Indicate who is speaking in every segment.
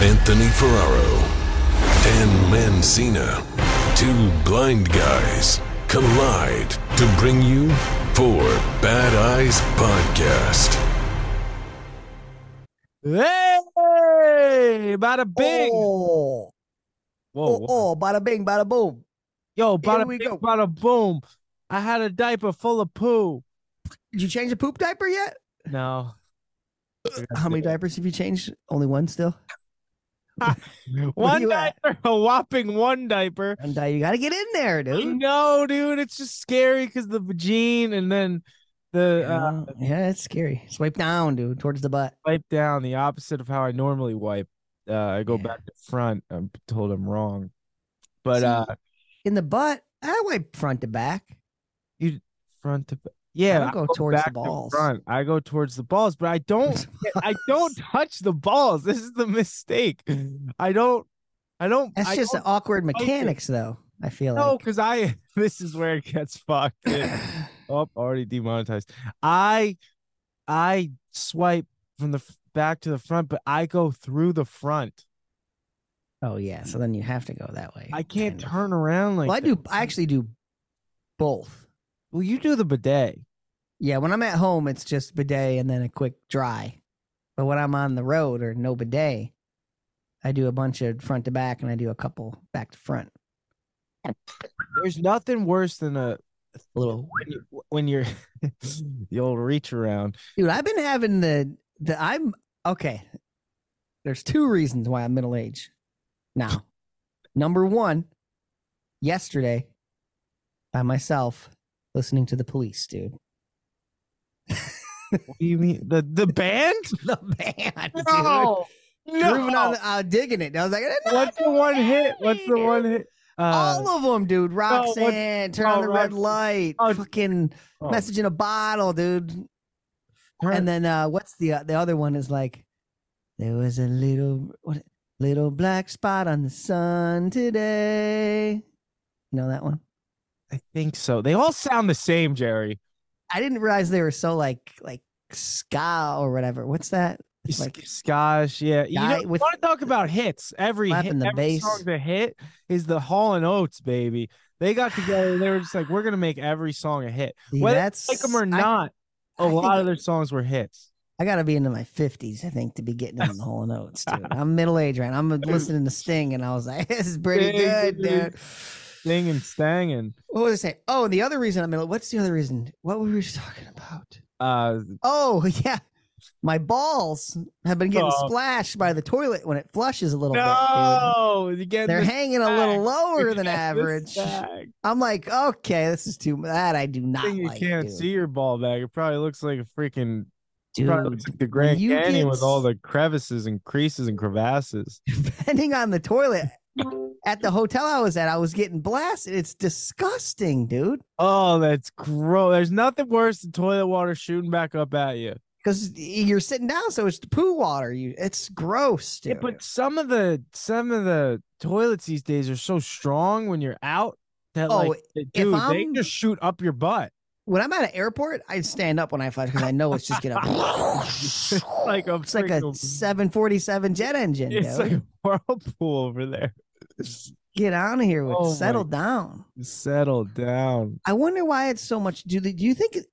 Speaker 1: Anthony Ferraro, and Mancina. Two blind guys collide to bring you Four Bad Eyes Podcast.
Speaker 2: Hey, bada bing.
Speaker 3: Oh,
Speaker 2: whoa,
Speaker 3: oh,
Speaker 2: whoa.
Speaker 3: oh, bada bing, bada boom.
Speaker 2: Yo, bada
Speaker 3: we
Speaker 2: bing,
Speaker 3: go.
Speaker 2: bada boom. I had a diaper full of poo.
Speaker 3: Did you change the poop diaper yet?
Speaker 2: No.
Speaker 3: How many diapers have you changed? Only one still.
Speaker 2: One
Speaker 3: you at?
Speaker 2: diaper, a whopping one diaper.
Speaker 3: One di- you got to get in there, dude.
Speaker 2: No, dude, it's just scary because the vagine and then the uh,
Speaker 3: Uh, yeah, it's scary. Swipe down, dude, towards the butt.
Speaker 2: wipe down, the opposite of how I normally wipe. Uh, I go
Speaker 3: Yeah.
Speaker 2: back to front. I'm told I'm wrong. But
Speaker 3: See?
Speaker 2: uh,
Speaker 3: In the butt, I wipe front to back.
Speaker 2: front to ba- yeah,
Speaker 3: don't go towards
Speaker 2: back
Speaker 3: the
Speaker 2: to
Speaker 3: balls.
Speaker 2: front. I go towards the balls, but I don't. I don't touch the balls. This is the mistake. I don't. I don't.
Speaker 3: That's
Speaker 2: I
Speaker 3: just
Speaker 2: don't
Speaker 3: awkward
Speaker 2: it.
Speaker 3: mechanics, though. I feel
Speaker 2: know
Speaker 3: like.
Speaker 2: because I. This is where it gets fucked. dude. oh, already demonetized. I, I swipe from the f- back to the front, but I go through the front.
Speaker 3: oh yeah, so then you have to go that way.
Speaker 2: I can't
Speaker 3: kind of.
Speaker 2: turn around like.
Speaker 3: well, I
Speaker 2: that.
Speaker 3: do. I actually do both.
Speaker 2: Well, you do the bidet.
Speaker 3: Yeah, when I'm at home, it's just bidet and then a quick dry. But when I'm on the road or no bidet, I do a bunch of front to back and I do a couple back to front.
Speaker 2: There's nothing worse than a
Speaker 3: A little
Speaker 2: when you- when you're the old reach around.
Speaker 3: dude, I've been having the the I'm okay. There's two reasons why I'm middle aged now. Number one, yesterday by myself listening to the police, dude.
Speaker 2: What do you mean the the band?
Speaker 3: The band. dude. Grooving on
Speaker 2: no.
Speaker 3: the, uh, digging it. I was like,
Speaker 2: What's the one hit? What's the
Speaker 3: dude.
Speaker 2: one hit? Uh,
Speaker 3: All of them, dude.
Speaker 2: what's-
Speaker 3: Roxanne, turn on
Speaker 2: oh,
Speaker 3: the red
Speaker 2: Rox-
Speaker 3: light.
Speaker 2: oh,
Speaker 3: fucking
Speaker 2: oh,
Speaker 3: message in a bottle, dude.
Speaker 2: turn-
Speaker 3: And then uh, what's the uh, the other one is like, there was a little what, little black spot on the sun today. You know that one?
Speaker 2: I think so. They all sound the same, Jerry.
Speaker 3: I didn't realize they were so like like ska or whatever. What's that? It's
Speaker 2: Like
Speaker 3: like
Speaker 2: Skosh, yeah. You know,
Speaker 3: Guy with-
Speaker 2: want to talk about hits? Every hit,
Speaker 3: Slapping the
Speaker 2: every song
Speaker 3: bass.
Speaker 2: that hit is the Hall and Oates, baby. They got together. They were just like, we're gonna make every song a hit,
Speaker 3: see,
Speaker 2: whether you
Speaker 3: that's
Speaker 2: like them or
Speaker 3: I-
Speaker 2: not. A
Speaker 3: I think
Speaker 2: lot of their songs were hits.
Speaker 3: I gotta be into my fifties, I think, to be getting on the whole notes, dude. I'm middle aged, right? I'm listening to Sting, and I was like, "This is pretty
Speaker 2: Sting,
Speaker 3: good, dude."
Speaker 2: Sing and stang and
Speaker 3: What was I saying? Oh, and the other reason I'm middle. What's the other reason? What were we just talking about?
Speaker 2: uh,
Speaker 3: Oh yeah, my balls have been getting
Speaker 2: Oh.
Speaker 3: splashed by the toilet when it flushes a little bit.
Speaker 2: no, you get
Speaker 3: Dude. They're hanging a little lower than average.
Speaker 2: Bag.
Speaker 3: I'm like, okay, this is too. That I do not
Speaker 2: thing you
Speaker 3: like.
Speaker 2: can't
Speaker 3: dude.
Speaker 2: see your ball bag. It probably looks like a freaking probably
Speaker 3: dude.
Speaker 2: looks like the Grand
Speaker 3: you
Speaker 2: Canyon
Speaker 3: get
Speaker 2: with all the crevices and creases and crevasses.
Speaker 3: depending on the toilet at the hotel I was at, I was getting blasted. It's disgusting, dude.
Speaker 2: Oh, that's gross. There's nothing worse than toilet water shooting back up at you.
Speaker 3: Because you're sitting down, so it's the poo water. You, it's gross, dude.
Speaker 2: Yeah, but some of the some of the toilets these days are so strong when you're out that
Speaker 3: Oh,
Speaker 2: like they- dude, they
Speaker 3: I'm-
Speaker 2: just shoot up your butt
Speaker 3: when I'm at an airport, I stand up when I flush because I know Oh, it's just gonna.
Speaker 2: like a
Speaker 3: it's like a
Speaker 2: freaking-
Speaker 3: 747 jet engine.
Speaker 2: It's
Speaker 3: dude.
Speaker 2: like a whirlpool over there.
Speaker 3: Get out of here with
Speaker 2: Oh my-
Speaker 3: settle down.
Speaker 2: Settle down.
Speaker 3: I wonder why it's so much. Do they, do you think it-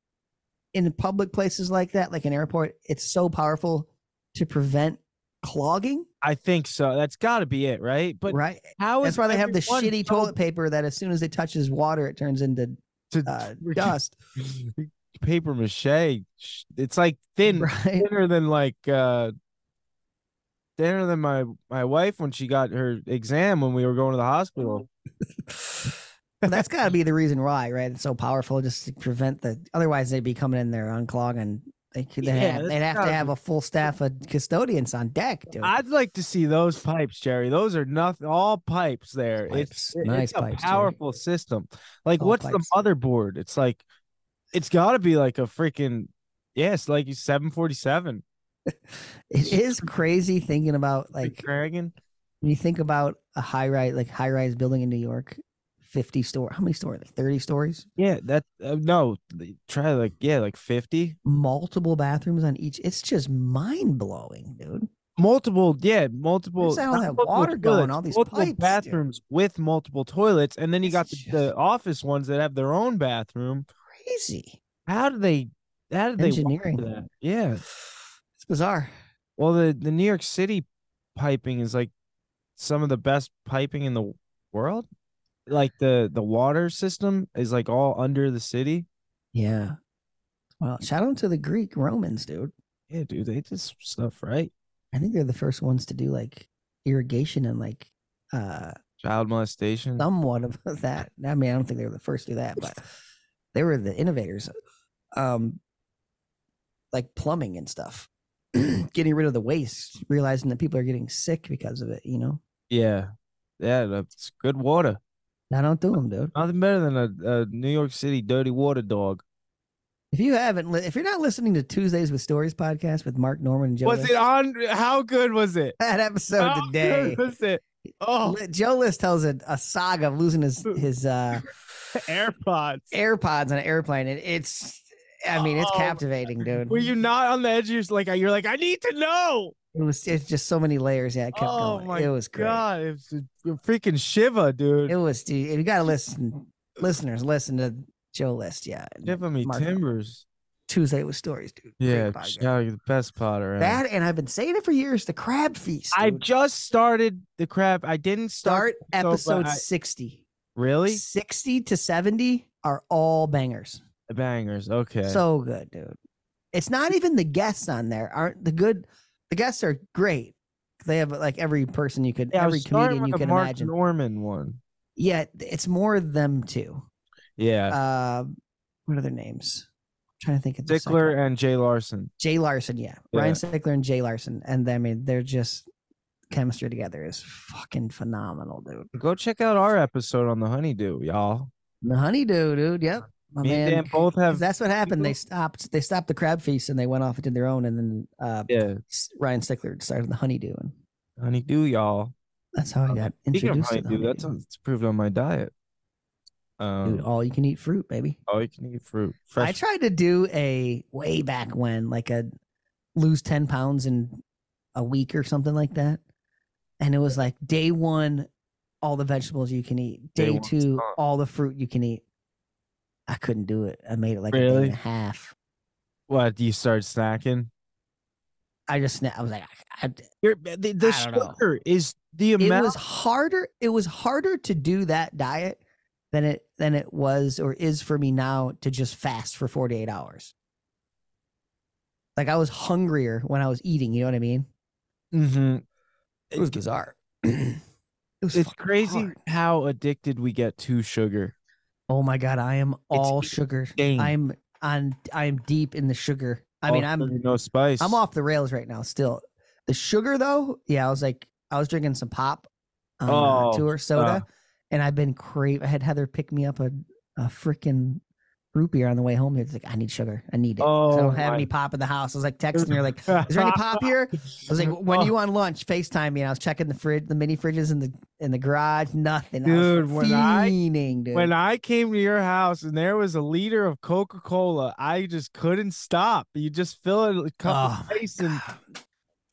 Speaker 3: in public places like that, like an airport, it's so powerful to prevent clogging?
Speaker 2: I think so. That's got to be it, right? But
Speaker 3: right.
Speaker 2: how is
Speaker 3: That's why they have the
Speaker 2: everyone
Speaker 3: shitty
Speaker 2: so
Speaker 3: toilet paper that as soon as it touches water, it turns into
Speaker 2: to
Speaker 3: uh,
Speaker 2: freaking
Speaker 3: dust.
Speaker 2: paper mache. sh- It's like thin,
Speaker 3: Right.
Speaker 2: thinner than like uh, thinner than my my wife when she got her exam when we were going to the hospital.
Speaker 3: Well, that's got to be the reason why, right? It's so powerful just to prevent the. Otherwise, they'd be coming in there unclogging. They could they'd
Speaker 2: Yeah,
Speaker 3: have,
Speaker 2: that's
Speaker 3: they'd have
Speaker 2: gotta
Speaker 3: to have a full staff of custodians on deck, dude.
Speaker 2: I'd like to see those pipes, Jerry. Those are nothing. All pipes there. It's
Speaker 3: Pipes. Nice
Speaker 2: it's a
Speaker 3: pipes, Jerry.
Speaker 2: powerful system. Like
Speaker 3: All
Speaker 2: what's
Speaker 3: pipes.
Speaker 2: the motherboard? It's like it's got to be like a freaking yes, like you seven forty seven.
Speaker 3: It is crazy thinking about
Speaker 2: Like
Speaker 3: like
Speaker 2: dragon.
Speaker 3: when you think about a high rise, like high rise building in New York, fifty store. How many stories? Like thirty stories.
Speaker 2: Yeah, that uh, no. th- Try like yeah, like fifty.
Speaker 3: Multiple bathrooms on each. It's just mind blowing, dude.
Speaker 2: multiple, yeah, multiple.
Speaker 3: Where's all
Speaker 2: not
Speaker 3: that
Speaker 2: multiple
Speaker 3: water going? All these
Speaker 2: multiple
Speaker 3: pipes, dude.
Speaker 2: bathrooms with multiple toilets, and then you got the,
Speaker 3: It's
Speaker 2: the office ones that have their own bathroom.
Speaker 3: Crazy.
Speaker 2: How do they? How did they work
Speaker 3: Engineering.
Speaker 2: for that? Yeah.
Speaker 3: It's bizarre.
Speaker 2: Well, the the New York City piping is like some of the best piping in the world. Like the the water system is like all under the city.
Speaker 3: Yeah. Well, shout out to the Greek Romans, dude.
Speaker 2: Yeah, dude, they did some stuff right.
Speaker 3: I think they're the first ones to do like irrigation and like
Speaker 2: Mm.
Speaker 3: uh
Speaker 2: Child molestation.
Speaker 3: somewhat of that. I mean, I don't think they were the first to do that, but they were the innovators. Um like plumbing and stuff. getting rid of the waste, realizing that people are getting sick because of it, you know.
Speaker 2: Yeah, yeah, that's good water.
Speaker 3: Now don't do them, dude.
Speaker 2: Nothing better than a, a New York City dirty water dog.
Speaker 3: If you haven't, li- if you're not listening to Tuesdays with Stories podcast with Mark Norman and Joe,
Speaker 2: Was
Speaker 3: List-
Speaker 2: it Oh, on? How good was it?
Speaker 3: that episode
Speaker 2: How
Speaker 3: today?
Speaker 2: good was it? Oh,
Speaker 3: Li- Joe List tells a, a saga of losing his his uh,
Speaker 2: AirPods.
Speaker 3: AirPods on an airplane, and it's, I mean, it's
Speaker 2: Oh,
Speaker 3: captivating, dude.
Speaker 2: Were you not on the edge? You're just like you're like I need to know.
Speaker 3: It was it's just so many layers. Yeah, it kept
Speaker 2: Oh
Speaker 3: going.
Speaker 2: my
Speaker 3: it was great.
Speaker 2: God, it was a freaking shiva, dude.
Speaker 3: It was. Dude, you got to listen, listeners, listen to Joe List. Yeah, and
Speaker 2: Shiva me
Speaker 3: Mark-
Speaker 2: timbers.
Speaker 3: Tuesday with Stories, dude. Great
Speaker 2: Yeah,
Speaker 3: podcast.
Speaker 2: shout out to the best pot around.
Speaker 3: That and I've been saying it for years. The crab feast.
Speaker 2: I
Speaker 3: dude.
Speaker 2: just started the crab. I didn't
Speaker 3: start
Speaker 2: start, the episode,
Speaker 3: episode
Speaker 2: but I-
Speaker 3: sixty.
Speaker 2: really
Speaker 3: 60 to 70 are all bangers.
Speaker 2: the bangers. Okay,
Speaker 3: So good, dude. It's not even the guests on there aren't the good the guests are great. They have like every person you could
Speaker 2: yeah, I was
Speaker 3: every
Speaker 2: starting
Speaker 3: comedian
Speaker 2: with
Speaker 3: you
Speaker 2: the
Speaker 3: can
Speaker 2: Mark
Speaker 3: imagine.
Speaker 2: Norman one.
Speaker 3: yeah, it's more them two.
Speaker 2: Yeah,
Speaker 3: Uh, what are their names? I'm trying to think of the second
Speaker 2: Dickler
Speaker 3: one.
Speaker 2: and Jay Larson.
Speaker 3: Jay Larson, yeah. Ryan Stickler and Jay Larson. And I mean they're just chemistry together is fucking phenomenal, dude.
Speaker 2: Go check out our episode on the honeydew, y'all.
Speaker 3: The honeydew, dude. Yep. My
Speaker 2: Me and
Speaker 3: Oh, man
Speaker 2: Dan both
Speaker 3: 'Cause
Speaker 2: have.
Speaker 3: that's what happened. They
Speaker 2: people-
Speaker 3: stopped. They stopped the crab feast and they went off and did their own. And then uh,
Speaker 2: Yeah,
Speaker 3: S- Ryan Stickler started the honeydew, and
Speaker 2: honeydew, y'all.
Speaker 3: that's how I
Speaker 2: Oh,
Speaker 3: got
Speaker 2: Speaking of
Speaker 3: introduced to the
Speaker 2: honeydew, that's
Speaker 3: honeydew.
Speaker 2: it's approved on my diet. Um,
Speaker 3: Dude, all you can eat fruit, baby.
Speaker 2: all you can eat fruit. Fresh.
Speaker 3: I tried to do a way back when, like a lose ten pounds in a week or something like that, and it was like day one, all the vegetables you can eat.
Speaker 2: Day
Speaker 3: Day,
Speaker 2: one's
Speaker 3: two,
Speaker 2: gone.
Speaker 3: all the fruit you can eat. I couldn't do it. I made it like a day
Speaker 2: Really?
Speaker 3: and a half.
Speaker 2: What do you start snacking?
Speaker 3: I just, sna- I was like, I, I,
Speaker 2: You're, the the
Speaker 3: I don't know.
Speaker 2: sugar is the
Speaker 3: it
Speaker 2: amount.
Speaker 3: was harder it was harder to do that diet than it than it was or is for me now to just fast for 48 hours like i was hungrier when i was eating you know what i mean
Speaker 2: Mhm.
Speaker 3: it was bizarre it was
Speaker 2: It's
Speaker 3: fucking
Speaker 2: crazy
Speaker 3: hard.
Speaker 2: how addicted we get to sugar.
Speaker 3: oh my god i am all
Speaker 2: it's
Speaker 3: sugar
Speaker 2: insane.
Speaker 3: i'm on i'm deep in the sugar i mean
Speaker 2: All
Speaker 3: i'm
Speaker 2: sugar, no spice.
Speaker 3: i'm off the rails right now still the sugar though yeah i was like i was drinking some pop on
Speaker 2: Oh,
Speaker 3: uh, tour soda and i've been crave i had heather pick me up a, a freaking root beer on the way home it's like i need sugar i need it 'cause i
Speaker 2: Oh,
Speaker 3: don't have
Speaker 2: my-
Speaker 3: any pop in the house i was like texting her like is there any pop here i was like when
Speaker 2: Oh,
Speaker 3: are you on lunch facetime me and i was checking the fridge the mini fridges in the in the garage nothing I
Speaker 2: Dude,
Speaker 3: was
Speaker 2: when I-
Speaker 3: fiending, dude.
Speaker 2: When I came to your house and there was a liter of Coca Cola, I just couldn't stop. You just fill it a cup
Speaker 3: Oh,
Speaker 2: of ice, and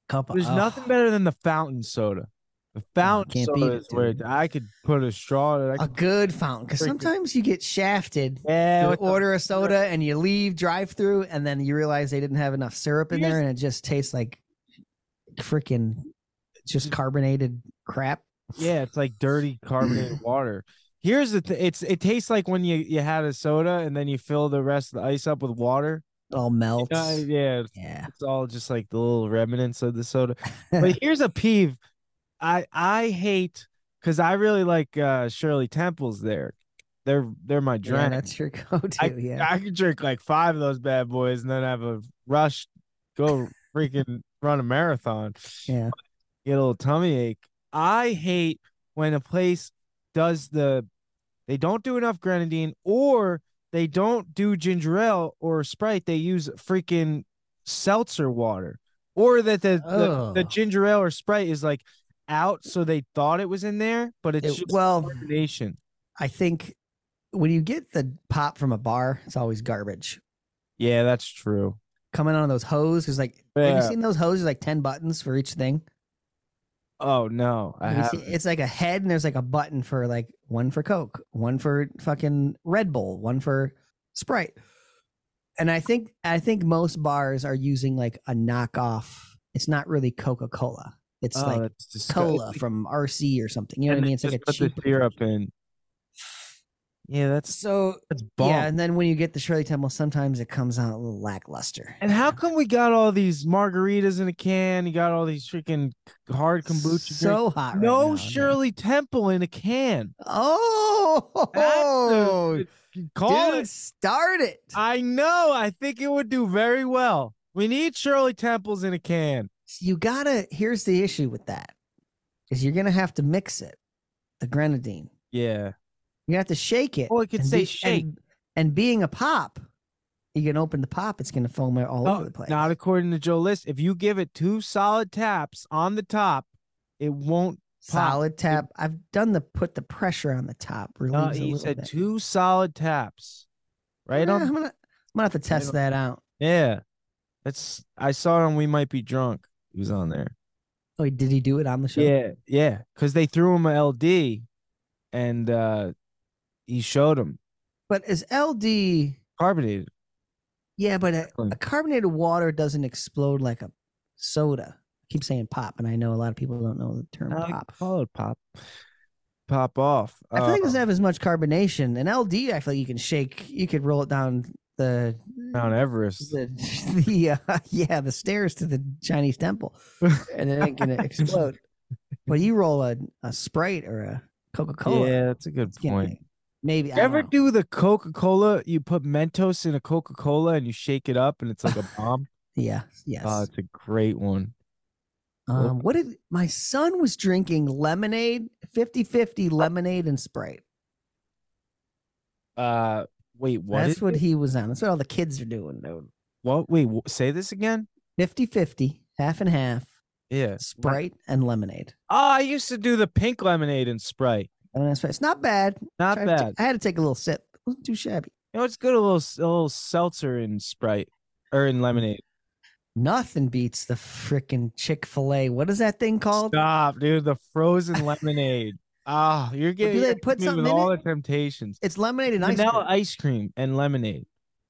Speaker 3: cup
Speaker 2: there's
Speaker 3: oh.
Speaker 2: nothing better than the fountain soda. The fountain
Speaker 3: Ah, can't beat
Speaker 2: soda
Speaker 3: it,
Speaker 2: is where
Speaker 3: dude.
Speaker 2: I could put a straw. in it. I
Speaker 3: a
Speaker 2: could,
Speaker 3: good fountain because
Speaker 2: Freaking-
Speaker 3: sometimes you get shafted
Speaker 2: yeah,
Speaker 3: you
Speaker 2: with the-
Speaker 3: order a soda and you leave drive through and then you realize they didn't have enough syrup in there
Speaker 2: Here's-
Speaker 3: and it just tastes like freaking just carbonated crap.
Speaker 2: Yeah, it's like dirty carbonated water. Here's the thing: it's it tastes like when you you had a soda and then you fill the rest of the ice up with water.
Speaker 3: It all melts.
Speaker 2: Uh, yeah, it's-
Speaker 3: yeah.
Speaker 2: it's all just like the little remnants of the soda. But here's a peeve: I I hate because I really like uh Shirley Temple's. There, they're they're my
Speaker 3: Yeah,
Speaker 2: drink.
Speaker 3: that's your go to. Yeah.
Speaker 2: I could drink like five of those bad boys and then have a rush, go freaking run a marathon
Speaker 3: yeah.
Speaker 2: get a little tummy ache. I hate when a place does the they don't do enough grenadine or they don't do ginger ale or Sprite. They use freaking seltzer water, or that the the, the
Speaker 3: Ugh.
Speaker 2: ginger ale or Sprite is like out, so they thought it was in there, but it's
Speaker 3: It-
Speaker 2: just
Speaker 3: well,
Speaker 2: carbonation.
Speaker 3: I think when you get the pop from a bar, it's always garbage
Speaker 2: Yeah, that's true.
Speaker 3: coming out of those hoses. There's like, have
Speaker 2: Yeah.
Speaker 3: you seen those hoses? There's like 10 buttons for each thing.
Speaker 2: Oh no, I
Speaker 3: Have you seen-
Speaker 2: haven't.
Speaker 3: it's like a head and there's like a button for like one for Coke, one for fucking Red Bull, one for Sprite. And I think I think most bars are using like a knockoff. It's not really Coca-Cola. It's
Speaker 2: oh,
Speaker 3: like
Speaker 2: that's disgusting.
Speaker 3: cola from RC or something. You know
Speaker 2: And
Speaker 3: what I
Speaker 2: they
Speaker 3: mean? It's like a
Speaker 2: just put
Speaker 3: cheap
Speaker 2: the syrup in. Yeah, that's
Speaker 3: So
Speaker 2: that's bomb.
Speaker 3: yeah, and then when you get the Shirley Temple, sometimes it comes out a little lackluster.
Speaker 2: And how come we got all these margaritas in a can? You got all these freaking c- hard kombucha. drinks.
Speaker 3: so hot. right now,
Speaker 2: no
Speaker 3: man.
Speaker 2: Shirley Temple in a can.
Speaker 3: Oh,
Speaker 2: That's the- the- call
Speaker 3: dude,
Speaker 2: it.
Speaker 3: start it.
Speaker 2: I know. I think it would do very well. We need Shirley Temples in a can.
Speaker 3: you gotta. Here's the issue with that, is you're gonna have to mix it, the grenadine.
Speaker 2: Yeah.
Speaker 3: You have to shake it.
Speaker 2: Or Oh, it could
Speaker 3: and
Speaker 2: say
Speaker 3: be-
Speaker 2: shake.
Speaker 3: And, and being a pop, you can open the pop. It's gonna foam out all
Speaker 2: No,
Speaker 3: over the place.
Speaker 2: Oh, Not according to Joe List. If you give it two solid taps on the top, it won't. pop.
Speaker 3: solid tap. I've done the put the pressure on the top.
Speaker 2: Uh,
Speaker 3: relieves a
Speaker 2: he
Speaker 3: little
Speaker 2: said
Speaker 3: bit.
Speaker 2: two solid taps, right
Speaker 3: Eh,
Speaker 2: on.
Speaker 3: I'm gonna, I'm gonna have to test
Speaker 2: on-
Speaker 3: that out.
Speaker 2: Yeah, that's. I saw it on We Might Be Drunk. He was on there.
Speaker 3: Oh, did he do it on the show?
Speaker 2: Yeah, yeah, because they threw him a LD, and uh he showed him
Speaker 3: But is LD?
Speaker 2: carbonated.
Speaker 3: Yeah, but a,
Speaker 2: Exactly.
Speaker 3: a carbonated water doesn't explode like a soda. I keep saying pop, and I know a lot of people don't know the term
Speaker 2: I
Speaker 3: pop.
Speaker 2: call it pop, pop off.
Speaker 3: I feel like it
Speaker 2: Uh,
Speaker 3: doesn't have as much carbonation. And LD, I feel like you can shake. You could roll it down the
Speaker 2: Mount Everest.
Speaker 3: the, the uh, yeah the stairs to the Chinese temple, and it ain't gonna explode. But you roll a, a Sprite or a Coca Cola.
Speaker 2: Yeah, that's a good
Speaker 3: It's gonna-
Speaker 2: point.
Speaker 3: Maybe I
Speaker 2: Ever
Speaker 3: ever do?
Speaker 2: do the Coca Cola? You put Mentos in a Coca Cola and you shake it up, and it's like a bomb.
Speaker 3: Yeah. Yes.
Speaker 2: Oh, it's a great one. cool.
Speaker 3: um, what did my son was drinking lemonade 50-50 lemonade and Sprite.
Speaker 2: Uh, wait, what?
Speaker 3: That's
Speaker 2: is
Speaker 3: what
Speaker 2: it?
Speaker 3: he was on. That's what all the kids are doing, dude.
Speaker 2: What? Wait, wh- say this again.
Speaker 3: 50-50, half and half,
Speaker 2: Yeah.
Speaker 3: Sprite and lemonade.
Speaker 2: Oh, I used to do the pink lemonade and Sprite.
Speaker 3: I don't know, it's not bad.
Speaker 2: Not
Speaker 3: Tried to ta-
Speaker 2: bad.
Speaker 3: I had to take a little sip. It wasn't too shabby.
Speaker 2: You know, it's good a little s- a little seltzer in Sprite or in lemonade.
Speaker 3: Nothing beats the freaking Chick Fil A. What is that thing called?
Speaker 2: Stop, dude. The frozen lemonade. Ah, you're getting
Speaker 3: do they
Speaker 2: you're
Speaker 3: put
Speaker 2: hitting me
Speaker 3: something
Speaker 2: with
Speaker 3: in
Speaker 2: all the temptations.
Speaker 3: It's lemonade and ice
Speaker 2: Vanilla
Speaker 3: cream,
Speaker 2: ice cream and lemonade.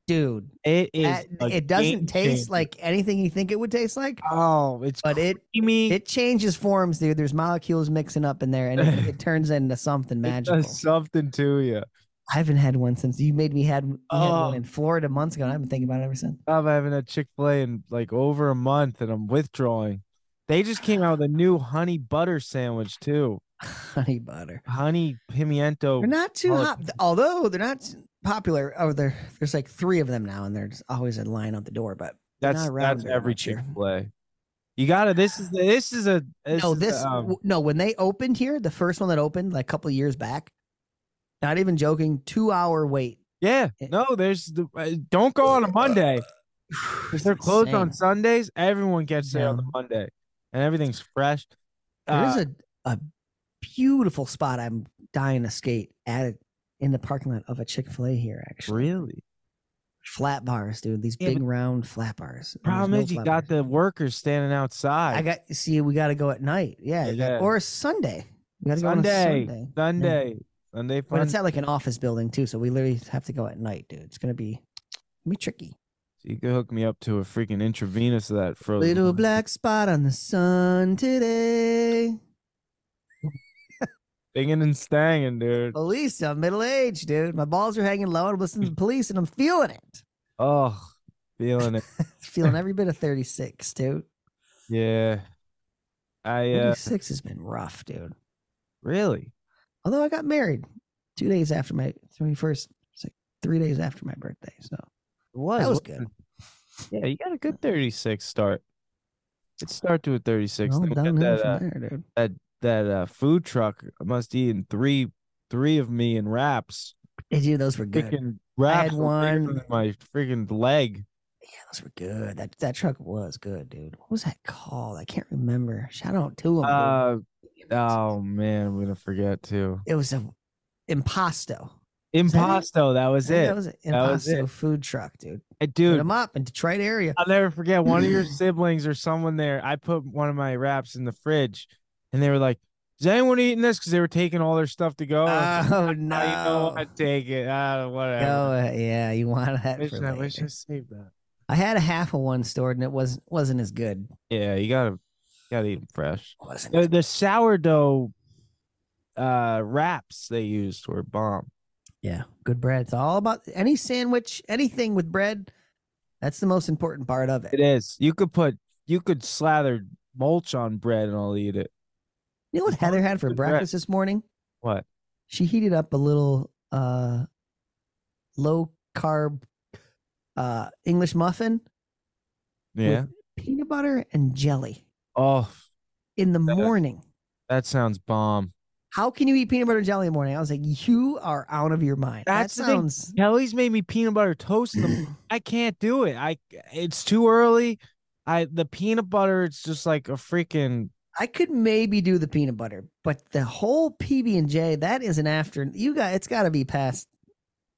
Speaker 3: dude.
Speaker 2: It is.
Speaker 3: that-
Speaker 2: a game
Speaker 3: it doesn't taste
Speaker 2: changer.
Speaker 3: like anything you think it would taste like,
Speaker 2: Oh, it's
Speaker 3: but it
Speaker 2: creamy.
Speaker 3: it changes forms, dude. There's molecules mixing up in there, and it, it turns into something
Speaker 2: It
Speaker 3: magical.
Speaker 2: does something to you.
Speaker 3: I haven't had one since you made me had, we had
Speaker 2: Oh.
Speaker 3: one in Florida months ago. and I've been thinking about it ever since.
Speaker 2: I've haven't had Chick Fil A in like over a month, and I'm withdrawing. They just came out with a new honey butter sandwich too.
Speaker 3: Honey butter.
Speaker 2: Honey pimiento.
Speaker 3: They're not too
Speaker 2: all the
Speaker 3: hot, although they're not popular. Oh, there, there's like three of them now, and there's always a line out the door. But
Speaker 2: That's
Speaker 3: not around
Speaker 2: that's
Speaker 3: very
Speaker 2: every
Speaker 3: much here.
Speaker 2: Chick Fil A. You gotta. This is this is a this
Speaker 3: no,
Speaker 2: is a,
Speaker 3: this
Speaker 2: um,
Speaker 3: w- no. When they opened here, the first one that opened like a couple of years back, not even joking, two hour wait.
Speaker 2: yeah.
Speaker 3: it-
Speaker 2: No, there's the uh, don't go on a Monday. If
Speaker 3: It's
Speaker 2: they're closed on
Speaker 3: insane.
Speaker 2: Sundays, everyone gets there on the
Speaker 3: No.
Speaker 2: Monday, and everything's fresh. Uh,
Speaker 3: There's a a beautiful spot I'm dying to skate at it in the parking lot of a Chick Fil A here. Actually,
Speaker 2: really.
Speaker 3: flat bars, dude. These
Speaker 2: Yeah,
Speaker 3: big
Speaker 2: but-
Speaker 3: round flat bars. and there's
Speaker 2: Problem
Speaker 3: no
Speaker 2: is, you
Speaker 3: flat
Speaker 2: got
Speaker 3: bars.
Speaker 2: the workers standing outside.
Speaker 3: I got see. We got to go at night. Yeah, you got-
Speaker 2: Yeah.
Speaker 3: or Sunday. We got to go on a
Speaker 2: Sunday,
Speaker 3: Sunday.
Speaker 2: Sunday, Sunday.
Speaker 3: But
Speaker 2: fun.
Speaker 3: it's at like an office building too, so we literally have to go at night, dude. It's gonna be gonna be tricky.
Speaker 2: You could hook me up to a freaking intravenous of that frozen.
Speaker 3: Little
Speaker 2: lemonade.
Speaker 3: black spot on the sun today.
Speaker 2: Singing and stanging, dude.
Speaker 3: Police, I'm middle aged, dude. My balls are hanging low. I'm listening to the police and I'm feeling it.
Speaker 2: Oh, feeling it.
Speaker 3: Feeling every bit of 36, dude.
Speaker 2: Yeah. I uh,
Speaker 3: 36 has been rough, dude.
Speaker 2: really.
Speaker 3: Although I got married two days after my 21st, it's like three days after my birthday. So
Speaker 2: It was.
Speaker 3: that was
Speaker 2: wasn't
Speaker 3: good.
Speaker 2: it? Yeah, you got a good 36 start. Let's start to a 36.
Speaker 3: All
Speaker 2: then we got
Speaker 3: downhill
Speaker 2: that
Speaker 3: from
Speaker 2: uh,
Speaker 3: there, dude.
Speaker 2: that uh, food truck must have eaten three three of me in wraps.
Speaker 3: Hey, dude, those were good. Yeah,
Speaker 2: Freaking wraps. were bigger
Speaker 3: one-
Speaker 2: than My freaking leg.
Speaker 3: those were good. That that truck was good, dude. What was that called? I can't remember. Shout out to him.
Speaker 2: Uh, oh man, I'm gonna forget too.
Speaker 3: it was a impasto.
Speaker 2: Impasto. That was
Speaker 3: I think
Speaker 2: it.
Speaker 3: That was an
Speaker 2: That was it.
Speaker 3: impasto food truck, dude.
Speaker 2: And
Speaker 3: Put
Speaker 2: dude,
Speaker 3: them up in Detroit area.
Speaker 2: I'll never forget one of your siblings or someone there. I put one of my wraps in the fridge, and they were like, "Is anyone eating this?" Because they were taking all their stuff to go. I
Speaker 3: Oh
Speaker 2: was like, "Ah, you know
Speaker 3: no.
Speaker 2: what? take it. Uh,
Speaker 3: Go,
Speaker 2: whatever.
Speaker 3: uh, yeah, you want that.
Speaker 2: wish,
Speaker 3: for
Speaker 2: I wish I
Speaker 3: later.
Speaker 2: saved that.
Speaker 3: I had a half of one stored and it wasn't wasn't as good.
Speaker 2: Yeah, you gotta gotta eat them fresh.
Speaker 3: Wasn't
Speaker 2: The, the sourdough uh wraps they used were bomb.
Speaker 3: Yeah, good bread. It's all about any sandwich, anything with bread. That's the most important part of
Speaker 2: It
Speaker 3: it.
Speaker 2: is. You could put you could slather mulch on bread and I'll eat it.
Speaker 3: You know what Heather had for
Speaker 2: Good bread.
Speaker 3: breakfast this morning?
Speaker 2: What?
Speaker 3: She heated up a little uh low carb uh English muffin
Speaker 2: Yeah.
Speaker 3: with peanut butter and jelly
Speaker 2: oh,
Speaker 3: in the morning.
Speaker 2: that sounds bomb.
Speaker 3: How can you eat peanut butter and jelly in the morning? I was like, you are out of your mind.
Speaker 2: That's the
Speaker 3: that
Speaker 2: thing.
Speaker 3: sounds
Speaker 2: Kelly's made me peanut butter toast in the I can't do it. I it's too early. I the peanut butter it's just like a freaking
Speaker 3: I could maybe do the peanut butter, but the whole PB and J that is an after. You got it's got to be past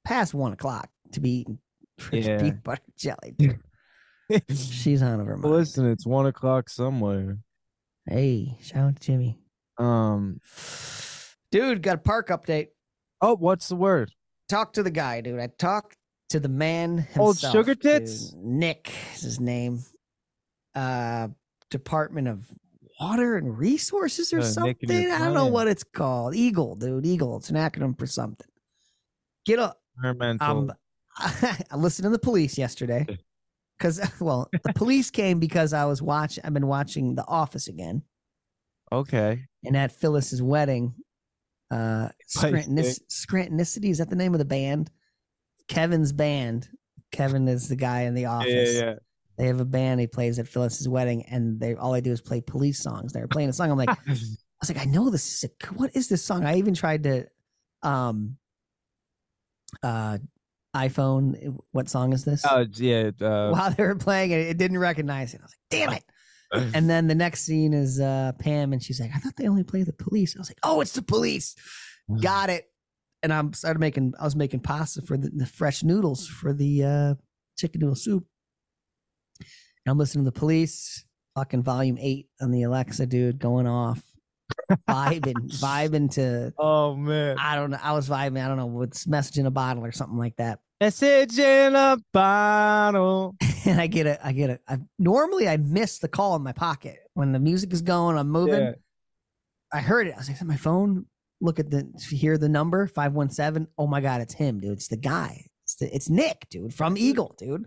Speaker 3: past one o'clock to be eating freaking
Speaker 2: Yeah.
Speaker 3: peanut butter jelly. dude. She's on of her mind.
Speaker 2: listen, it's one o'clock somewhere.
Speaker 3: Hey, shout out to Jimmy,
Speaker 2: Um
Speaker 3: dude. Got a park update.
Speaker 2: oh what's the word?
Speaker 3: Talk to the guy, dude. I talked to the man
Speaker 2: Old
Speaker 3: himself.
Speaker 2: sugar
Speaker 3: dude.
Speaker 2: tits?
Speaker 3: Nick is his name. Uh, Department of Water and Resources or
Speaker 2: Uh,
Speaker 3: something.
Speaker 2: Nick and your
Speaker 3: I don't know
Speaker 2: plan.
Speaker 3: what it's called. Eagle, dude. Eagle. It's an acronym for something. Get up.
Speaker 2: Environmental
Speaker 3: Um, I listened to the police yesterday because, well, the police came because I was watch. I've been watching The Office again,
Speaker 2: Okay.
Speaker 3: and at Phyllis's wedding, uh,
Speaker 2: Play
Speaker 3: Scrantonis- Scrantonicity is that the name of the band? Kevin's band. Kevin is the guy in the office. They have a band. He plays at Phyllis's wedding, and they all they do is play police songs. They were playing a song. I'm like,
Speaker 2: yeah.
Speaker 3: I was like, I know this is a, what is this song? I even tried to um uh iPhone it- what song is this?
Speaker 2: Oh yeah, uh,
Speaker 3: While they were playing it, it didn't recognize it. I was like, damn it. And then the next scene is uh Pam and she's like, I thought they only play the police. I was like, Oh, it's the police. Got it. And I'm started making I was making pasta for the, the fresh noodles for the uh chicken noodle soup. And I'm listening to the police, fucking volume eight on the Alexa dude going off. vibing, vibing to
Speaker 2: oh man.
Speaker 3: I don't know. I was vibing, I don't know, what's message in a bottle or something like that.
Speaker 2: Message in a bottle.
Speaker 3: and I get a, I get a. I, normally I miss the call in my pocket when the music is going. I'm moving.
Speaker 2: Yeah.
Speaker 3: I heard it. I was like, "Is that my phone. Look at the, hear the number five one seven. Oh my god, it's him, dude. It's the guy. It's the, it's Nick, dude, from Eagle, dude.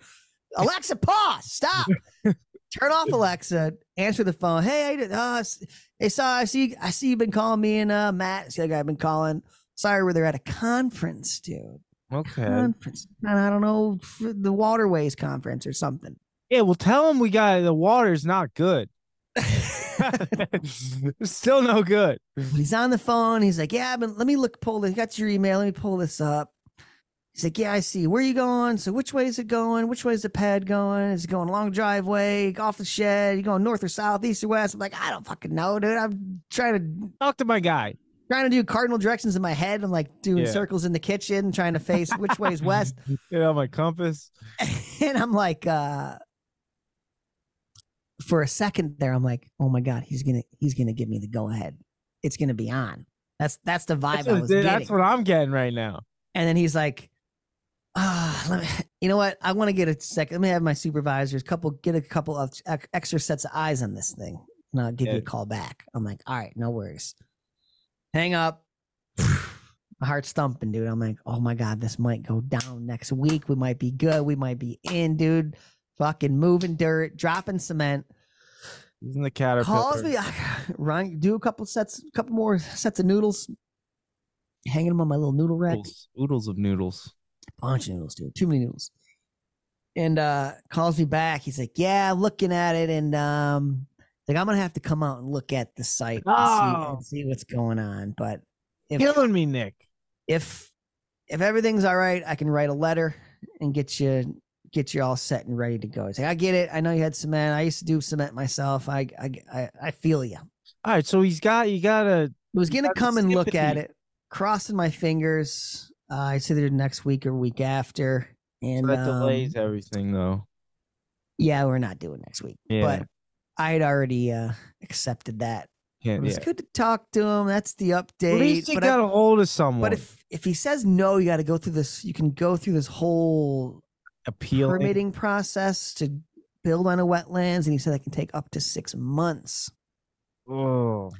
Speaker 3: Alexa, pause. Stop. Turn off Alexa. Answer the phone. Hey, I did, uh, s- hey, sorry, I see, I see you've been calling me and uh, Matt. It's the other guy I've been calling. Sorry, we're there at a conference, dude.
Speaker 2: Okay.
Speaker 3: Conference. And I don't know f- the waterways conference or something.
Speaker 2: Yeah, well, tell him we got the water's not good. Still no good.
Speaker 3: But he's on the phone. He's like, "Yeah, but let me look, pull this. Got your email. Let me pull this up." He's like, "Yeah, I see. Where you going? So which way is it going? Which way is the pad going? Is it going long driveway, off the shed? You going north or south, east or west?" I'm like, "I don't fucking know, dude. I'm trying to
Speaker 2: Talk to my guy.
Speaker 3: trying to do cardinal directions in my head. I'm like doing
Speaker 2: Yeah.
Speaker 3: circles in the kitchen, trying to face which way is west."
Speaker 2: Get out my compass.
Speaker 3: and I'm like, uh, for a second there, I'm like, oh my god, he's gonna he's gonna give me the go ahead. It's gonna be on. That's that's the vibe
Speaker 2: That's,
Speaker 3: I
Speaker 2: what-
Speaker 3: was
Speaker 2: dude,
Speaker 3: getting.
Speaker 2: that's what I'm getting right now.
Speaker 3: and then he's like, ah, let me, you know what? I want to get a second. Let me have my supervisors couple get a couple of ex- extra sets of eyes on this thing, and I'll give you
Speaker 2: Yeah.
Speaker 3: a call back. I'm like, all right, no worries. Hang up. My heart's thumping, dude. I'm like, oh my god, this might go down next week. We might be good. We might be in, dude. Fucking moving dirt, dropping cement.
Speaker 2: He's in the caterpillar.
Speaker 3: Calls me, Ryan. Do a couple sets, couple more sets of noodles. Hanging them on my little noodle rack.
Speaker 2: Oodles, oodles of noodles.
Speaker 3: bunch of noodles, dude. Too many noodles. And uh calls me back. He's like, Yeah, I'm looking at it and um like I'm gonna have to come out and look at the site and, see,
Speaker 2: Oh.
Speaker 3: and see what's going on. But if
Speaker 2: Killing me, Nick.
Speaker 3: if if everything's all right, I can write a letter and get you get you all set and ready to go. He's like, I get it. I know you had cement. I used to do cement myself. I I I, I feel you.
Speaker 2: All right, so he's got you got to
Speaker 3: I was gonna
Speaker 2: That's
Speaker 3: come and look at
Speaker 2: sympathy.
Speaker 3: it, crossing my fingers. Uh, I said either next week or week after, And
Speaker 2: So that
Speaker 3: um,
Speaker 2: delays everything though.
Speaker 3: Yeah, we're not doing next week.
Speaker 2: Yeah.
Speaker 3: But I had already uh, accepted that. It
Speaker 2: Can't,
Speaker 3: was
Speaker 2: yeah.
Speaker 3: good to talk to him. That's the update.
Speaker 2: At least you
Speaker 3: but I-
Speaker 2: got a hold of someone.
Speaker 3: but if if he says no, you got to go through this. You can go through this whole
Speaker 2: appealing,
Speaker 3: permitting process to build on a wetlands, and he said that can take up to six months.
Speaker 2: oh.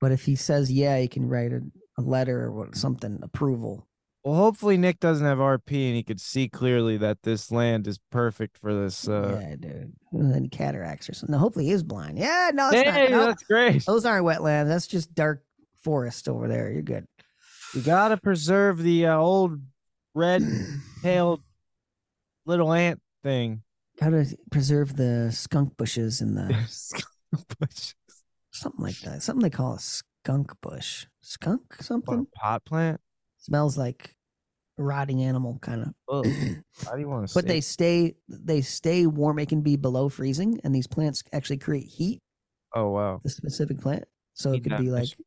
Speaker 3: But if he says yeah, you can write a, a letter or what- something approval.
Speaker 2: Well, hopefully Nick doesn't have RP and he could see clearly that this land is perfect for this. Uh...
Speaker 3: yeah, dude. And then cataracts or something. No, hopefully he is blind. Yeah, no, it's
Speaker 2: Hey,
Speaker 3: not. No,
Speaker 2: that's great.
Speaker 3: those aren't wetlands. That's just dark forest over there. You're good.
Speaker 2: You gotta preserve the uh, old red-tailed little ant thing.
Speaker 3: How to preserve the skunk bushes and the
Speaker 2: Bush.
Speaker 3: something like that. Something they call a skunk bush. Skunk
Speaker 2: What, a
Speaker 3: something
Speaker 2: pot plant.
Speaker 3: smells like a rotting animal kind of.
Speaker 2: Ugh, how do you want to?
Speaker 3: But they stay they stay warm. It can be below freezing, and these plants actually create heat.
Speaker 2: Oh wow.
Speaker 3: The specific plant, so it
Speaker 2: Heat
Speaker 3: could be like,
Speaker 2: adaptation.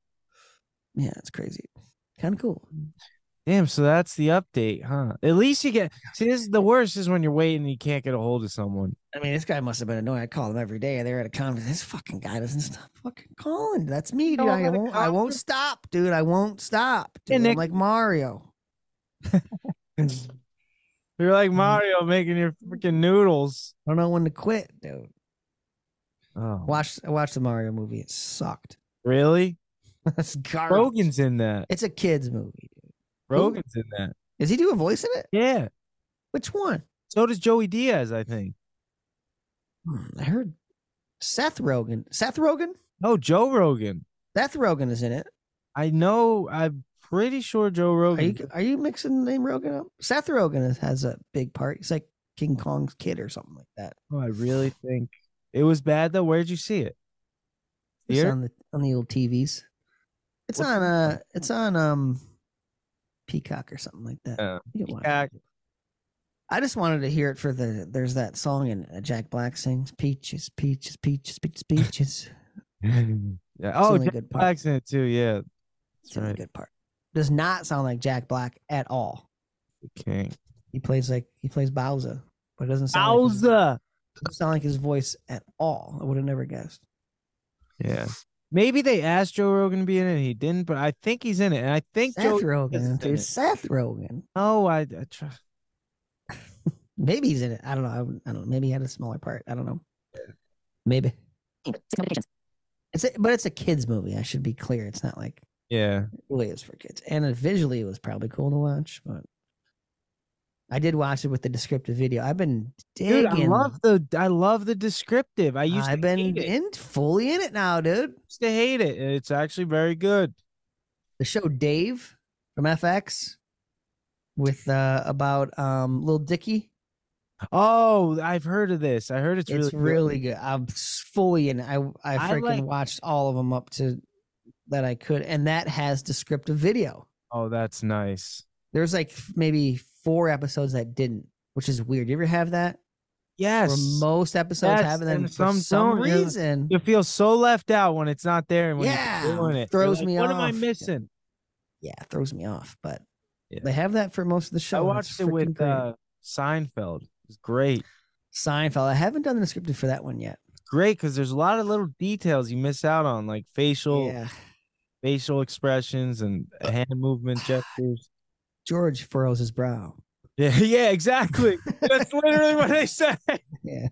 Speaker 3: yeah, it's crazy, kind of cool.
Speaker 2: Damn. So that's the update, huh? At least you get. See, this is the worst is when you're waiting and you can't get a hold of someone.
Speaker 3: I mean, this guy must have been annoying. I call him every day. They're at a conference. This fucking guy doesn't stop fucking calling. That's me, dude.
Speaker 2: Call him
Speaker 3: I
Speaker 2: at a
Speaker 3: won't. I won't
Speaker 2: conference?
Speaker 3: stop, dude. I won't stop.
Speaker 2: Hey,
Speaker 3: Dude. I'm
Speaker 2: Nick.
Speaker 3: like Mario.
Speaker 2: You're like
Speaker 3: Mm.
Speaker 2: Mario making your freaking noodles.
Speaker 3: I don't know when to quit, dude.
Speaker 2: Oh,
Speaker 3: Watch. I watched the Mario movie. It sucked.
Speaker 2: really?
Speaker 3: That's garbage.
Speaker 2: Rogan's in that.
Speaker 3: It's a kids movie. Dude.
Speaker 2: Rogan's in that.
Speaker 3: Does he do a voice in it?
Speaker 2: Yeah.
Speaker 3: Which one?
Speaker 2: So does Joey Diaz, I think.
Speaker 3: Hmm, I heard Seth Rogen. Seth Rogen.
Speaker 2: Oh, Joe Rogan.
Speaker 3: Seth Rogen is in it.
Speaker 2: I know. I'm pretty sure Joe
Speaker 3: Are
Speaker 2: Rogan.
Speaker 3: you are you mixing the name Rogen up? Seth Rogen is, has a big part. He's like King Kong's kid or something like that.
Speaker 2: Oh, I really think it was bad though. Where'd you see it?
Speaker 3: It's
Speaker 2: Here?
Speaker 3: on the on the old TVs. It's
Speaker 2: What's
Speaker 3: on
Speaker 2: it
Speaker 3: uh it's on um Peacock or something like that.
Speaker 2: Yeah.
Speaker 3: You can watch it.
Speaker 2: Peacock.
Speaker 3: I just wanted to hear it for the there's that song and uh, Jack Black sings peaches peaches peaches peaches peaches.
Speaker 2: yeah.
Speaker 3: It's the
Speaker 2: Oh,
Speaker 3: only
Speaker 2: Jack
Speaker 3: good part.
Speaker 2: Black's in it too. Yeah.
Speaker 3: It's
Speaker 2: That's
Speaker 3: the only
Speaker 2: right.
Speaker 3: good part. Does not sound like Jack Black at all.
Speaker 2: Okay.
Speaker 3: He plays like he plays Bowser, but it doesn't sound like his-
Speaker 2: Bowser.
Speaker 3: doesn't sound like his voice at all. I would have never guessed.
Speaker 2: Yeah. Maybe they asked Joe Rogan to be in it. and He didn't, but I think he's in it. And I think
Speaker 3: Seth
Speaker 2: Joe. is in
Speaker 3: Rogen, dude.
Speaker 2: it.
Speaker 3: Seth Rogen.
Speaker 2: Oh, I, I try.
Speaker 3: Maybe he's in it. I don't know. I, wouldn't- I don't know. Maybe he had a smaller part. I don't know. Maybe. It's a, but it's a kids movie. I should be clear. It's not like
Speaker 2: Yeah.
Speaker 3: it really is for kids. And it, visually, it was probably cool to watch. But I did watch it with the descriptive video. I've been digging.
Speaker 2: Dude, I love the I love the descriptive. I used
Speaker 3: I've
Speaker 2: to
Speaker 3: been
Speaker 2: hate it.
Speaker 3: in fully in it now, dude.
Speaker 2: used to hate it. and It's actually very good.
Speaker 3: The show Dave from FX with uh about um Lil Dicky.
Speaker 2: Oh, I've heard of this. I heard it's,
Speaker 3: It's, really,
Speaker 2: really,
Speaker 3: good. I'm s- fully in. it. I I
Speaker 2: I
Speaker 3: freaking
Speaker 2: like-
Speaker 3: watched all of them up to that I could, and that has descriptive video.
Speaker 2: Oh, that's nice.
Speaker 3: There's like f- maybe four episodes that didn't, which is weird. You ever have that?
Speaker 2: Yes.
Speaker 3: Where most episodes
Speaker 2: Yes,
Speaker 3: have, and then
Speaker 2: and
Speaker 3: for
Speaker 2: some
Speaker 3: some,
Speaker 2: don't, you're-
Speaker 3: reason,
Speaker 2: You feel so left out when it's not there and when
Speaker 3: Yeah,
Speaker 2: you're doing it. You're
Speaker 3: throws
Speaker 2: like,
Speaker 3: me
Speaker 2: what am I
Speaker 3: off."
Speaker 2: missing?
Speaker 3: yeah, it throws me off. But
Speaker 2: Yeah.
Speaker 3: they have that for most of the show.
Speaker 2: I
Speaker 3: and
Speaker 2: watched
Speaker 3: it's
Speaker 2: it
Speaker 3: freaking
Speaker 2: with
Speaker 3: great.
Speaker 2: uh, Seinfeld. It's great.
Speaker 3: Seinfeld. I haven't done the descriptive for that one yet.
Speaker 2: Great because there's a lot of little details you miss out on, like facial
Speaker 3: yeah, Uh,
Speaker 2: facial expressions and hand movement gestures.
Speaker 3: George furrows his brow.
Speaker 2: Yeah, yeah, exactly. That's literally what they say.
Speaker 3: Yeah,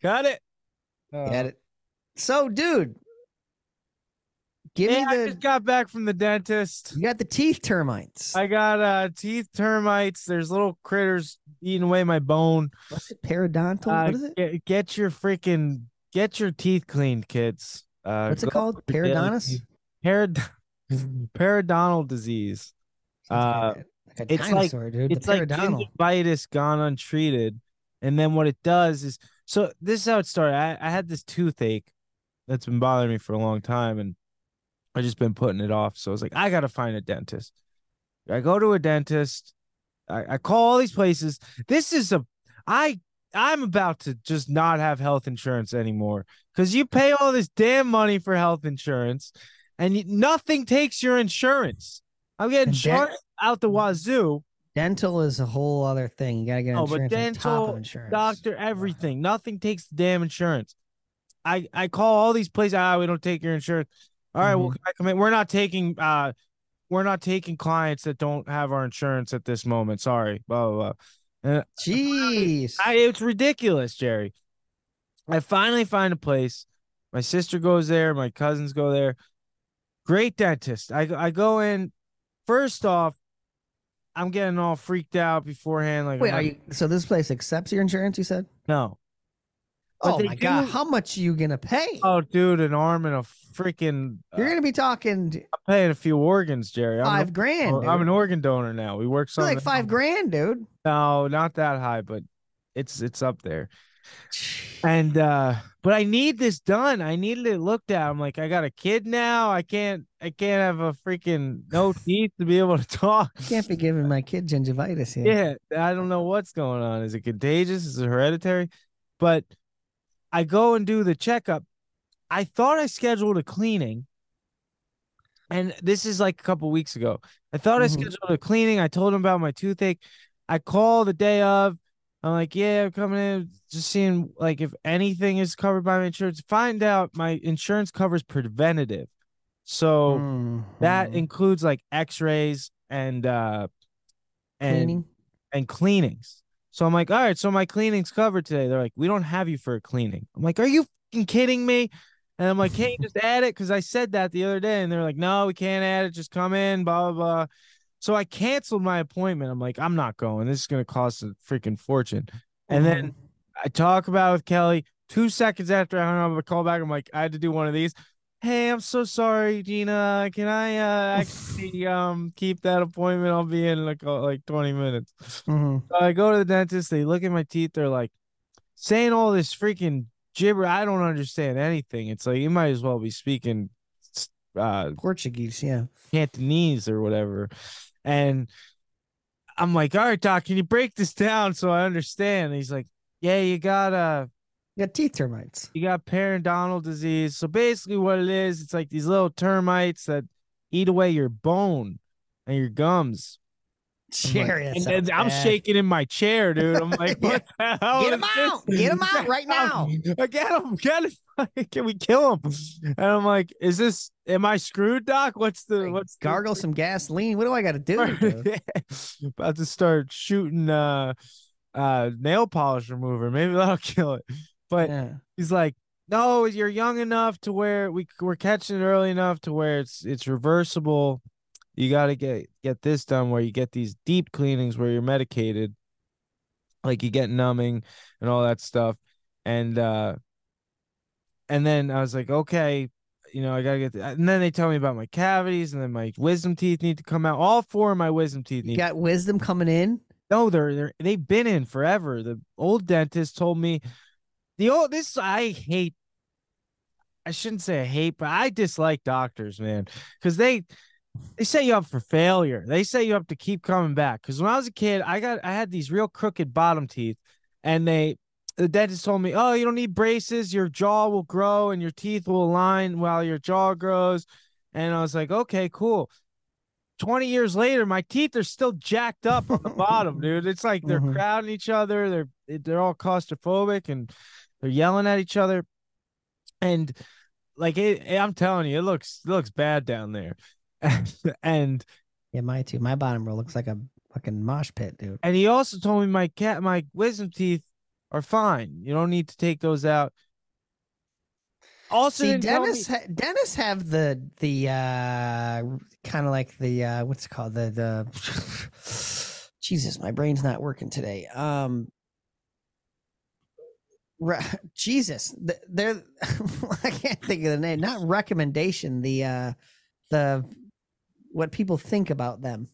Speaker 2: Got it. Uh,
Speaker 3: got it. So, dude, give
Speaker 2: Yeah,
Speaker 3: me the.
Speaker 2: I just got back from the dentist.
Speaker 3: You got the teeth termites.
Speaker 2: I got uh teeth termites. There's little critters eating away my bone.
Speaker 3: What's it? Periodontal?
Speaker 2: Uh,
Speaker 3: what is it?
Speaker 2: Get, get your freaking get your teeth cleaned, kids. Uh,
Speaker 3: What's it
Speaker 2: go
Speaker 3: called?
Speaker 2: for daily
Speaker 3: Periodontis?
Speaker 2: teeth- Perid- periodontal disease.
Speaker 3: Sounds like a, like a
Speaker 2: Uh, it's like-
Speaker 3: dinosaur, dude.
Speaker 2: it's
Speaker 3: the
Speaker 2: like
Speaker 3: periodontal.
Speaker 2: gingivitis gone untreated, and then what it does is so. This is how it started. I, I had this toothache that's been bothering me for a long time, and I just been putting it off. So I was like, I gotta find a dentist. I go to a dentist. I, I call all these places. This is a I I'm about to just not have health insurance anymore because you pay all this damn money for health insurance, and you, nothing takes your insurance. I'm getting
Speaker 3: And that-
Speaker 2: short out the wazoo.
Speaker 3: Dental is a whole other thing. You gotta get
Speaker 2: No,
Speaker 3: insurance
Speaker 2: but
Speaker 3: on top
Speaker 2: dental,
Speaker 3: of insurance.
Speaker 2: doctor, everything. Nothing takes the damn insurance. I I call all these places. Ah, we don't take your insurance. All right, well,
Speaker 3: Mhm.
Speaker 2: can I come in? We're not taking uh, we're not taking clients that don't have our insurance at this moment. Sorry, blah blah blah.
Speaker 3: Jeez.
Speaker 2: I, it's ridiculous, Jerry. I finally find a place. My sister goes there. My cousins go there. Great dentist. I I go in. First off, I'm getting all freaked out beforehand. Like,
Speaker 3: Wait,
Speaker 2: I'm
Speaker 3: are
Speaker 2: not-
Speaker 3: you so this place accepts your insurance, you said?
Speaker 2: No. But
Speaker 3: Oh
Speaker 2: they
Speaker 3: my god,
Speaker 2: do-
Speaker 3: how much are you gonna pay?
Speaker 2: Oh, dude, an arm and a freaking.
Speaker 3: You're
Speaker 2: uh,
Speaker 3: gonna be talking
Speaker 2: I'm paying a few organs, Jerry. I'm, oh,
Speaker 3: five grand.
Speaker 2: I'm an
Speaker 3: dude.
Speaker 2: organ donor now. We work
Speaker 3: You're
Speaker 2: something.
Speaker 3: like five
Speaker 2: out.
Speaker 3: grand, dude.
Speaker 2: No, not that high, but it's it's up there. And uh but I need this done. I needed it looked at. I'm like, I got a kid now. I can't I can't have a freaking no teeth to be able to talk.
Speaker 3: Can't be giving my kid gingivitis here.
Speaker 2: Yeah, I don't know what's going on. Is it contagious? Is it hereditary? But I go and do the checkup. I thought I scheduled a cleaning. And this is like a couple weeks ago. I thought I
Speaker 3: Mhm.
Speaker 2: scheduled a cleaning. I told him about my toothache. I call the day of. I'm like, yeah, I'm coming in, just seeing like if anything is covered by my insurance. Find out my insurance covers preventative. So that
Speaker 3: Mhm.
Speaker 2: includes like x-rays and uh and
Speaker 3: Cleaning?
Speaker 2: and cleanings. So I'm like, all right, so my cleaning's covered today. They're like, we don't have you for a cleaning. I'm like, are you fucking kidding me? And I'm like, can't you just add it? Because I said that the other day, and they're like, no, we can't add it. Just come in, blah blah blah. So I canceled my appointment. I'm like, I'm not going. This is gonna cost a freaking fortune. And then
Speaker 3: Mhm.
Speaker 2: I talk about it with Kelly. Two seconds after I hung up a call back, I'm like, I had to do one of these. Hey, I'm so sorry, Gina. Can I uh
Speaker 3: Mm-hmm.
Speaker 2: actually um keep that appointment? I'll be in like uh, like 20 minutes.
Speaker 3: Mhm.
Speaker 2: So I go to the dentist, they look at my teeth, they're like saying all this freaking gibber. I don't understand anything. It's like you might as well be speaking uh
Speaker 3: Portuguese, yeah.
Speaker 2: Cantonese or whatever. And I'm like, all right, doc, can you break this down so I understand? And he's like, yeah, you got uh
Speaker 3: You got teeth termites.
Speaker 2: you got periodontal disease. So basically, what it is, it's like these little termites that eat away your bone and your gums. I'm like-
Speaker 3: Jerry, that
Speaker 2: and
Speaker 3: sounds
Speaker 2: then I'm
Speaker 3: bad.
Speaker 2: shaking in my chair, dude. I'm like,
Speaker 3: Yeah.
Speaker 2: what the hell?
Speaker 3: Get
Speaker 2: is
Speaker 3: him out!
Speaker 2: this?
Speaker 3: Get him out right now!
Speaker 2: I Get him! Get him! Can we kill him? And I'm like, is this? Am I screwed, Doc? What's the
Speaker 3: Like,
Speaker 2: what's the-
Speaker 3: gargle some gasoline. What do I got to do? dude?
Speaker 2: Yeah. About to start shooting uh uh nail polish remover. Maybe that'll kill it. But
Speaker 3: Yeah.
Speaker 2: he's like, no, you're young enough to where we we're catching it early enough to where it's it's reversible. You got to get get this done where you get these deep cleanings where you're medicated, like you get numbing and all that stuff, and uh, and then I was like, okay, you know, I gotta get. th- And then they tell me about my cavities, and then my wisdom teeth need to come out. All four of my wisdom teeth
Speaker 3: You
Speaker 2: need
Speaker 3: got wisdom coming in.
Speaker 2: no, they're, they're they've been in forever. The old dentist told me the old this I hate. I shouldn't say I hate, but I dislike doctors, man, because they they set you up for failure. They set you up to keep coming back. Because when I was a kid, I got I had these real crooked bottom teeth, and they the dentist told me, "Oh, you don't need braces. Your jaw will grow and your teeth will align while your jaw grows." And I was like, "Okay, cool." 20 years later, my teeth are still jacked up on the bottom, dude. It's like they're
Speaker 3: Mhm.
Speaker 2: crowding each other. They're they're all claustrophobic and they're yelling at each other. And like it, I'm telling you, it looks it looks bad down there. and
Speaker 3: Yeah, my too. My bottom row looks like a fucking mosh pit, dude.
Speaker 2: and he also told me my cat my wisdom teeth are fine. You don't need to take those out. Also, Oh,
Speaker 3: See,
Speaker 2: didn't tell me-
Speaker 3: Dennis, ha- Dennis have the the uh kind of like the uh what's it called the the Jesus, my brain's not working today. Um, re- Jesus, th- they're I can't think of the name. Not recommendation. The uh the what people think about them.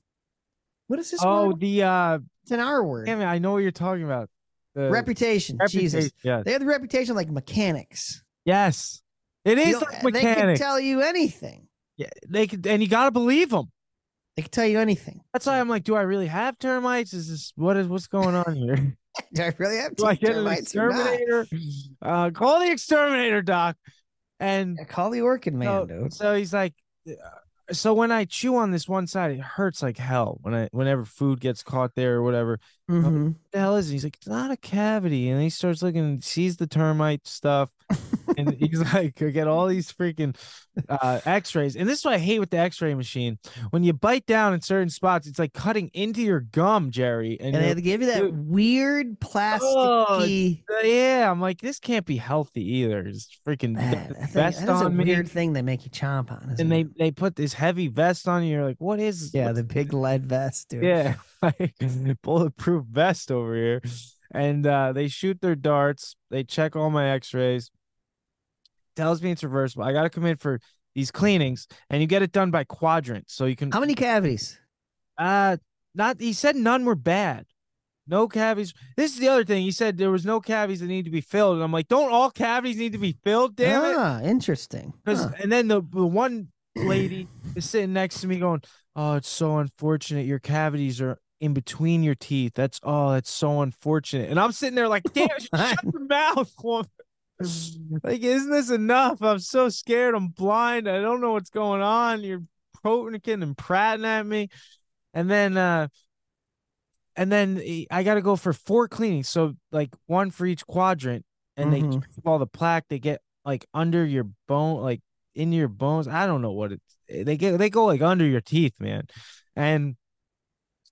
Speaker 3: What is this?
Speaker 2: oh,
Speaker 3: word?
Speaker 2: the uh,
Speaker 3: it's an R word.
Speaker 2: damn it, I know what you're talking about. The
Speaker 3: reputation. Jesus,
Speaker 2: reputation, yes.
Speaker 3: they have the reputation like mechanics.
Speaker 2: Yes. It
Speaker 3: You
Speaker 2: is
Speaker 3: don't-
Speaker 2: like
Speaker 3: They can
Speaker 2: mechanic.
Speaker 3: tell you anything.
Speaker 2: Yeah, They could, and you gotta believe them.
Speaker 3: They can tell you anything.
Speaker 2: That's why I'm like, do I really have termites? Is this what is what's going on here?
Speaker 3: Do I really have
Speaker 2: do I
Speaker 3: teeth
Speaker 2: get an
Speaker 3: termites or not?
Speaker 2: exterminator? Uh, call the exterminator, doc. And
Speaker 3: Yeah, Call the orchid man,
Speaker 2: so,
Speaker 3: dude.
Speaker 2: so he's like, uh, so when I chew on this one side, it hurts like hell when I whenever food gets caught there or whatever. What
Speaker 3: Mhm.
Speaker 2: the hell is it? He's like, it's not a cavity. And he starts looking and sees the termite stuff. and he's like, I get all these freaking uh, x-rays. And this is what I hate with the x-ray machine. When you bite down in certain spots, it's like cutting into your gum, Jerry. And,
Speaker 3: And they
Speaker 2: you're-
Speaker 3: had to give you that
Speaker 2: Oh,
Speaker 3: weird plasticky.
Speaker 2: Uh, yeah, I'm like, this can't be healthy either. It's freaking
Speaker 3: Man,
Speaker 2: the
Speaker 3: that thing-
Speaker 2: vest
Speaker 3: that is a
Speaker 2: on me.
Speaker 3: weird thing they make you chomp on. isn't
Speaker 2: And they
Speaker 3: it?
Speaker 2: they put this heavy vest on you. You're like, what is
Speaker 3: yeah,
Speaker 2: what-
Speaker 3: the big lead vest, dude.
Speaker 2: yeah, like bulletproof vest over here. And uh, they shoot their darts. They check all my X-rays. Tells me it's reversible. I got to come in for these cleanings, and you get it done by quadrant, so you can.
Speaker 3: How many cavities?
Speaker 2: Uh not he said none were bad. No cavities. This is the other thing. He said there was no cavities that need to be filled. And I'm like, don't all cavities need to be filled, damn it?
Speaker 3: ah, interesting.
Speaker 2: 'Cause-
Speaker 3: Huh.
Speaker 2: and then the, the one lady is sitting next to me going, Oh, it's so unfortunate. Your cavities are in between your teeth. That's oh, that's so unfortunate. And I'm sitting there like, damn, shut your mouth, woman. Like, isn't this enough? I'm so scared. I'm blind. I don't know what's going on. You're poking and pratting at me. And then uh and then eh, I gotta go for four cleanings. So like one for each quadrant. And they
Speaker 3: Mhm.
Speaker 2: keep all the plaque. They get like under your bone, like in your bones. I don't know what it's eh, they get they go like under your teeth, man. And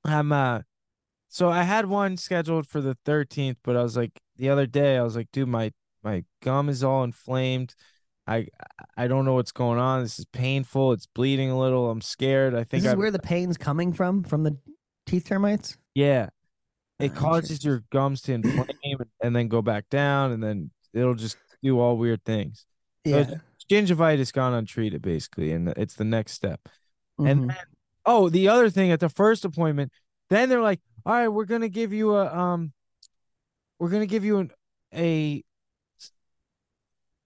Speaker 2: I'm uh so I had one scheduled for the 13th, but I was like the other day, I was like, dude, my my gum is all inflamed. I I don't know what's going on. This is painful. It's bleeding a little. I'm scared. I think
Speaker 3: this is
Speaker 2: I
Speaker 3: where the pain's coming from, from the teeth termites.
Speaker 2: yeah. It
Speaker 3: Ah,
Speaker 2: causes your gums to inflame and, and then go back down and then it'll just do all weird things. So
Speaker 3: Yeah.
Speaker 2: it's- Gingivitis gone untreated basically and it's the next step.
Speaker 3: Mhm.
Speaker 2: And then, oh, the other thing at the first appointment, then they're like, "All right, we're gonna give you a um, we're gonna give you an a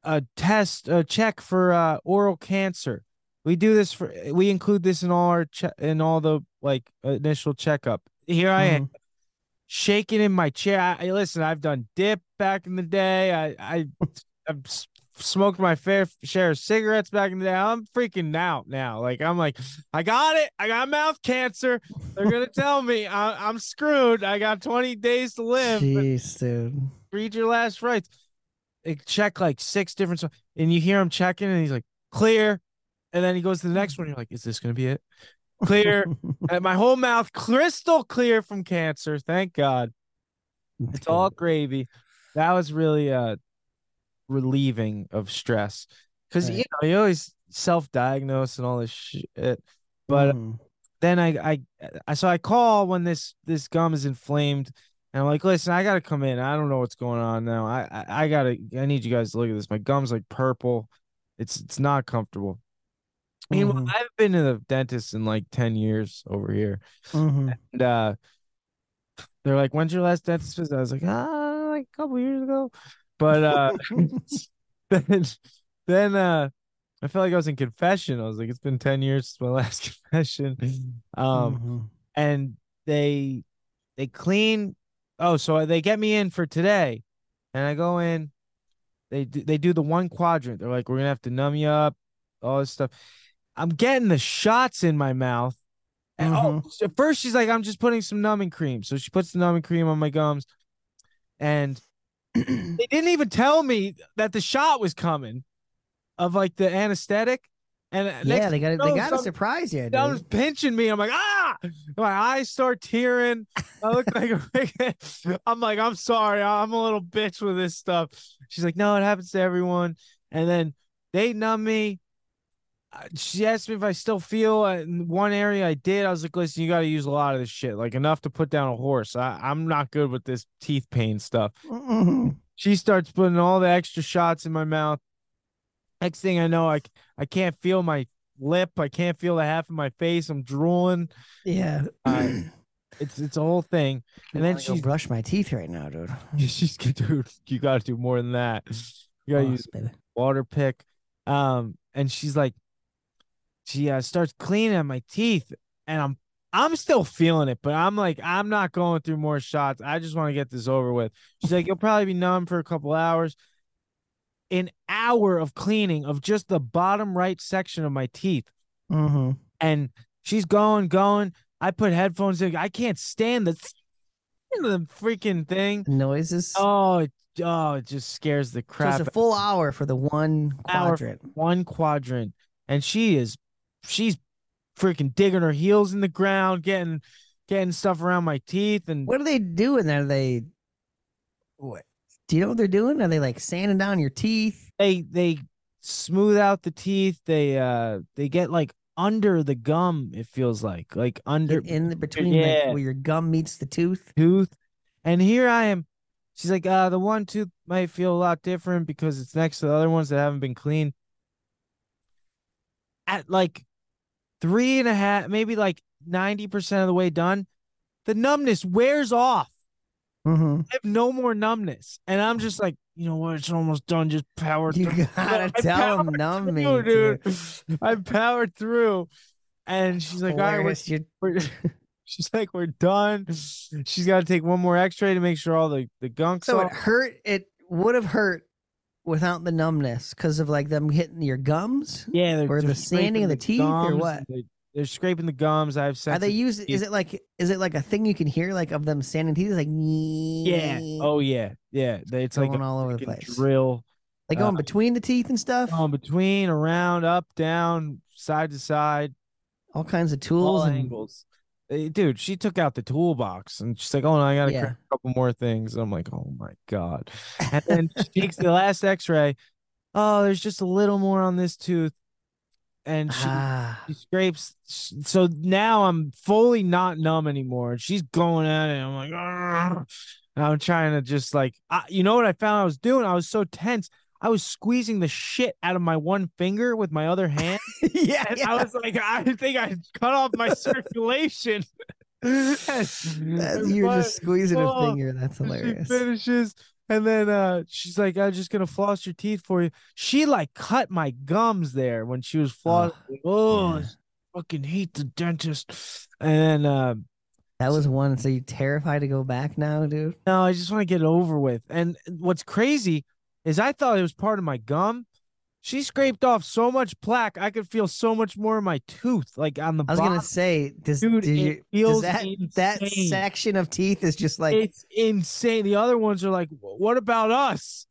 Speaker 2: a test a check for uh, oral cancer. We do this for we include this in all our che- in all the like initial checkup. Here I
Speaker 3: Mm-hmm.
Speaker 2: am shaking in my chair. I, I- listen, I've done dip back in the day. I I I've s- smoked my fair f- share of cigarettes back in the day. I'm freaking out now. Like I'm like, I got it. I got mouth cancer. They're gonna tell me I, I'm screwed. I got 20 days to live.
Speaker 3: Jeez, dude.
Speaker 2: Read your last rites. They check like six different, s- and you hear him checking, and he's like, clear. And then he goes to the next one. You're like, is this gonna be it? Clear. and my whole mouth crystal clear from cancer. Thank God. It's all gravy. That was really uh relieving of stress because you
Speaker 3: Right.
Speaker 2: know you always self-diagnose and all this shit.
Speaker 3: Mm-hmm.
Speaker 2: But uh, then I, I I so I call when this this gum is inflamed and I'm like, listen, I gotta come in. I don't know what's going on now. I I, I gotta I need you guys to look at this. My gum's like purple. It's it's not comfortable. Meanwhile,
Speaker 3: Mhm.
Speaker 2: I haven't been to the dentist in like ten years over here.
Speaker 3: Mhm.
Speaker 2: And uh, they're like, "When's your last dentist visit?" I was like, "Ah, like a couple years ago." But uh,
Speaker 3: Mm-hmm.
Speaker 2: then, then uh, I felt like I was in confession. I was like, "It's been ten years since my last confession." Um,
Speaker 3: Mhm.
Speaker 2: and they they clean. Oh, so they get me in for today, and I go in. They do, they do the one quadrant. They're like, "We're gonna have to numb you up," all this stuff. I'm getting the shots in my mouth. And, Oh, so at first she's like, "I'm just putting some numbing cream." So she puts the numbing cream on my gums, and
Speaker 3: Mm-hmm.
Speaker 2: they didn't even tell me that the shot was coming, of like the anesthetic. And uh, next
Speaker 3: yeah, they got to they
Speaker 2: no,
Speaker 3: got to
Speaker 2: some-
Speaker 3: surprise you,
Speaker 2: that was
Speaker 3: dude.
Speaker 2: pinching me. I'm like, ah, my eyes start tearing. I look like a freaking- I'm like, I'm sorry, I'm a little bitch with this stuff. She's like, no, it happens to everyone. And then they numb me. Uh, She asked me if I still feel uh, in one area I did. I was like, listen, you got to use a lot of this shit, like enough to put down a horse. I, I'm not good with this teeth pain stuff.
Speaker 3: Mhm.
Speaker 2: She starts putting all the extra shots in my mouth. Next thing I know, I, c- I can't feel my lip. I can't feel the half of my face. I'm drooling.
Speaker 3: Yeah.
Speaker 2: Uh, It's it's a whole thing. And then
Speaker 3: she'll
Speaker 2: she's
Speaker 3: brush my teeth right now, dude.
Speaker 2: she's dude, you gotta do more than that. You gotta use
Speaker 3: Boss, baby.
Speaker 2: water pick. Um, and she's like, she uh, starts cleaning at my teeth, and I'm I'm still feeling it, but I'm like, I'm not going through more shots. I just want to get this over with. She's like, you'll probably be numb for a couple hours. An hour of cleaning of just the bottom right section of my teeth.
Speaker 3: Mm-hmm.
Speaker 2: and she's going, going. I put headphones in. I can't stand the, the freaking thing.
Speaker 3: Noises.
Speaker 2: Oh, it, oh, it just scares the
Speaker 3: so
Speaker 2: crap.
Speaker 3: it's a full hour for the one
Speaker 2: Hour.
Speaker 3: quadrant.
Speaker 2: one quadrant, and she is, she's freaking digging her heels in the ground, getting, getting stuff around my teeth, and
Speaker 3: What are they doing? Are they? What? Do you know what they're doing? Are they like sanding down your teeth?
Speaker 2: they they smooth out the teeth. They uh they get like under the gum. It feels like like under
Speaker 3: In, in the between, like,
Speaker 2: yeah.
Speaker 3: where your gum meets the tooth.
Speaker 2: tooth. And here I am. She's like, uh, the one tooth might feel a lot different because it's next to the other ones that haven't been cleaned. At like three and a half, maybe like 90% of the way done, the numbness wears off.
Speaker 3: Mm-hmm.
Speaker 2: I have no more numbness. And I'm just like, you know what? It's almost done. Just power through.
Speaker 3: You gotta
Speaker 2: I
Speaker 3: tell them
Speaker 2: powered
Speaker 3: numb me,
Speaker 2: through,
Speaker 3: dude.
Speaker 2: dude. I powered through. And she's like, all right, we're
Speaker 3: Hilarious. You're-
Speaker 2: we're, she's like, we're done. She's got to take one more X-ray to make sure all the the gunk's
Speaker 3: So it
Speaker 2: off.
Speaker 3: hurt. It would have hurt without the numbness because of like them hitting your gums.
Speaker 2: yeah, they're,
Speaker 3: or the
Speaker 2: they're scraping
Speaker 3: sanding of the teeth or
Speaker 2: gums,
Speaker 3: what?
Speaker 2: They, they're scraping the gums. I have
Speaker 3: Are
Speaker 2: sensitive.
Speaker 3: they using? Is
Speaker 2: teeth.
Speaker 3: it like? Is it like a thing you can hear like of them sanding teeth? It's like
Speaker 2: yeah. Oh yeah. Yeah. They, it's like
Speaker 3: going
Speaker 2: a
Speaker 3: all over the
Speaker 2: freaking
Speaker 3: place.
Speaker 2: drill
Speaker 3: Like
Speaker 2: uh,
Speaker 3: going between the teeth and stuff.
Speaker 2: on between, around, up, down, side to side,
Speaker 3: all kinds of
Speaker 2: all
Speaker 3: tools and
Speaker 2: angles. Eh, Dude, she took out the toolbox and she's like, "Oh, no, I gotta
Speaker 3: Yeah.
Speaker 2: grab a couple more things." I'm like, "Oh my god!" And then she takes the last X-ray. Oh, there's just a little more on this tooth, and she
Speaker 3: ah,
Speaker 2: she scrapes s- so now i'm fully not numb anymore and she's going at it i'm like "Argh." and i'm trying to just like I, you know what i found i was doing i was so tense i was squeezing the shit out of my one finger with my other hand
Speaker 3: yeah,
Speaker 2: and
Speaker 3: yeah.
Speaker 2: i was like i think i cut off my circulation
Speaker 3: That- you're just squeezing
Speaker 2: oh,
Speaker 3: a finger. That's
Speaker 2: and
Speaker 3: hilarious.
Speaker 2: She finishes, and then uh, she's like, "I'm just gonna floss your teeth for you." She like cut my gums there when she was flossing. Oh,
Speaker 3: yeah.
Speaker 2: I fucking hate the dentist. And then uh,
Speaker 3: That was one. So you terrified to go back now, dude?
Speaker 2: no, I just want to get it over with. And what's crazy is I thought it was part of my gum. She scraped off so much plaque, I could feel so much more of my tooth, like on the
Speaker 3: I was
Speaker 2: bottom.
Speaker 3: gonna say, does,
Speaker 2: Dude,
Speaker 3: does
Speaker 2: it
Speaker 3: your-
Speaker 2: feels
Speaker 3: does that that
Speaker 2: insane.
Speaker 3: section of teeth is just like
Speaker 2: it's insane. The other ones are like, "What about us?"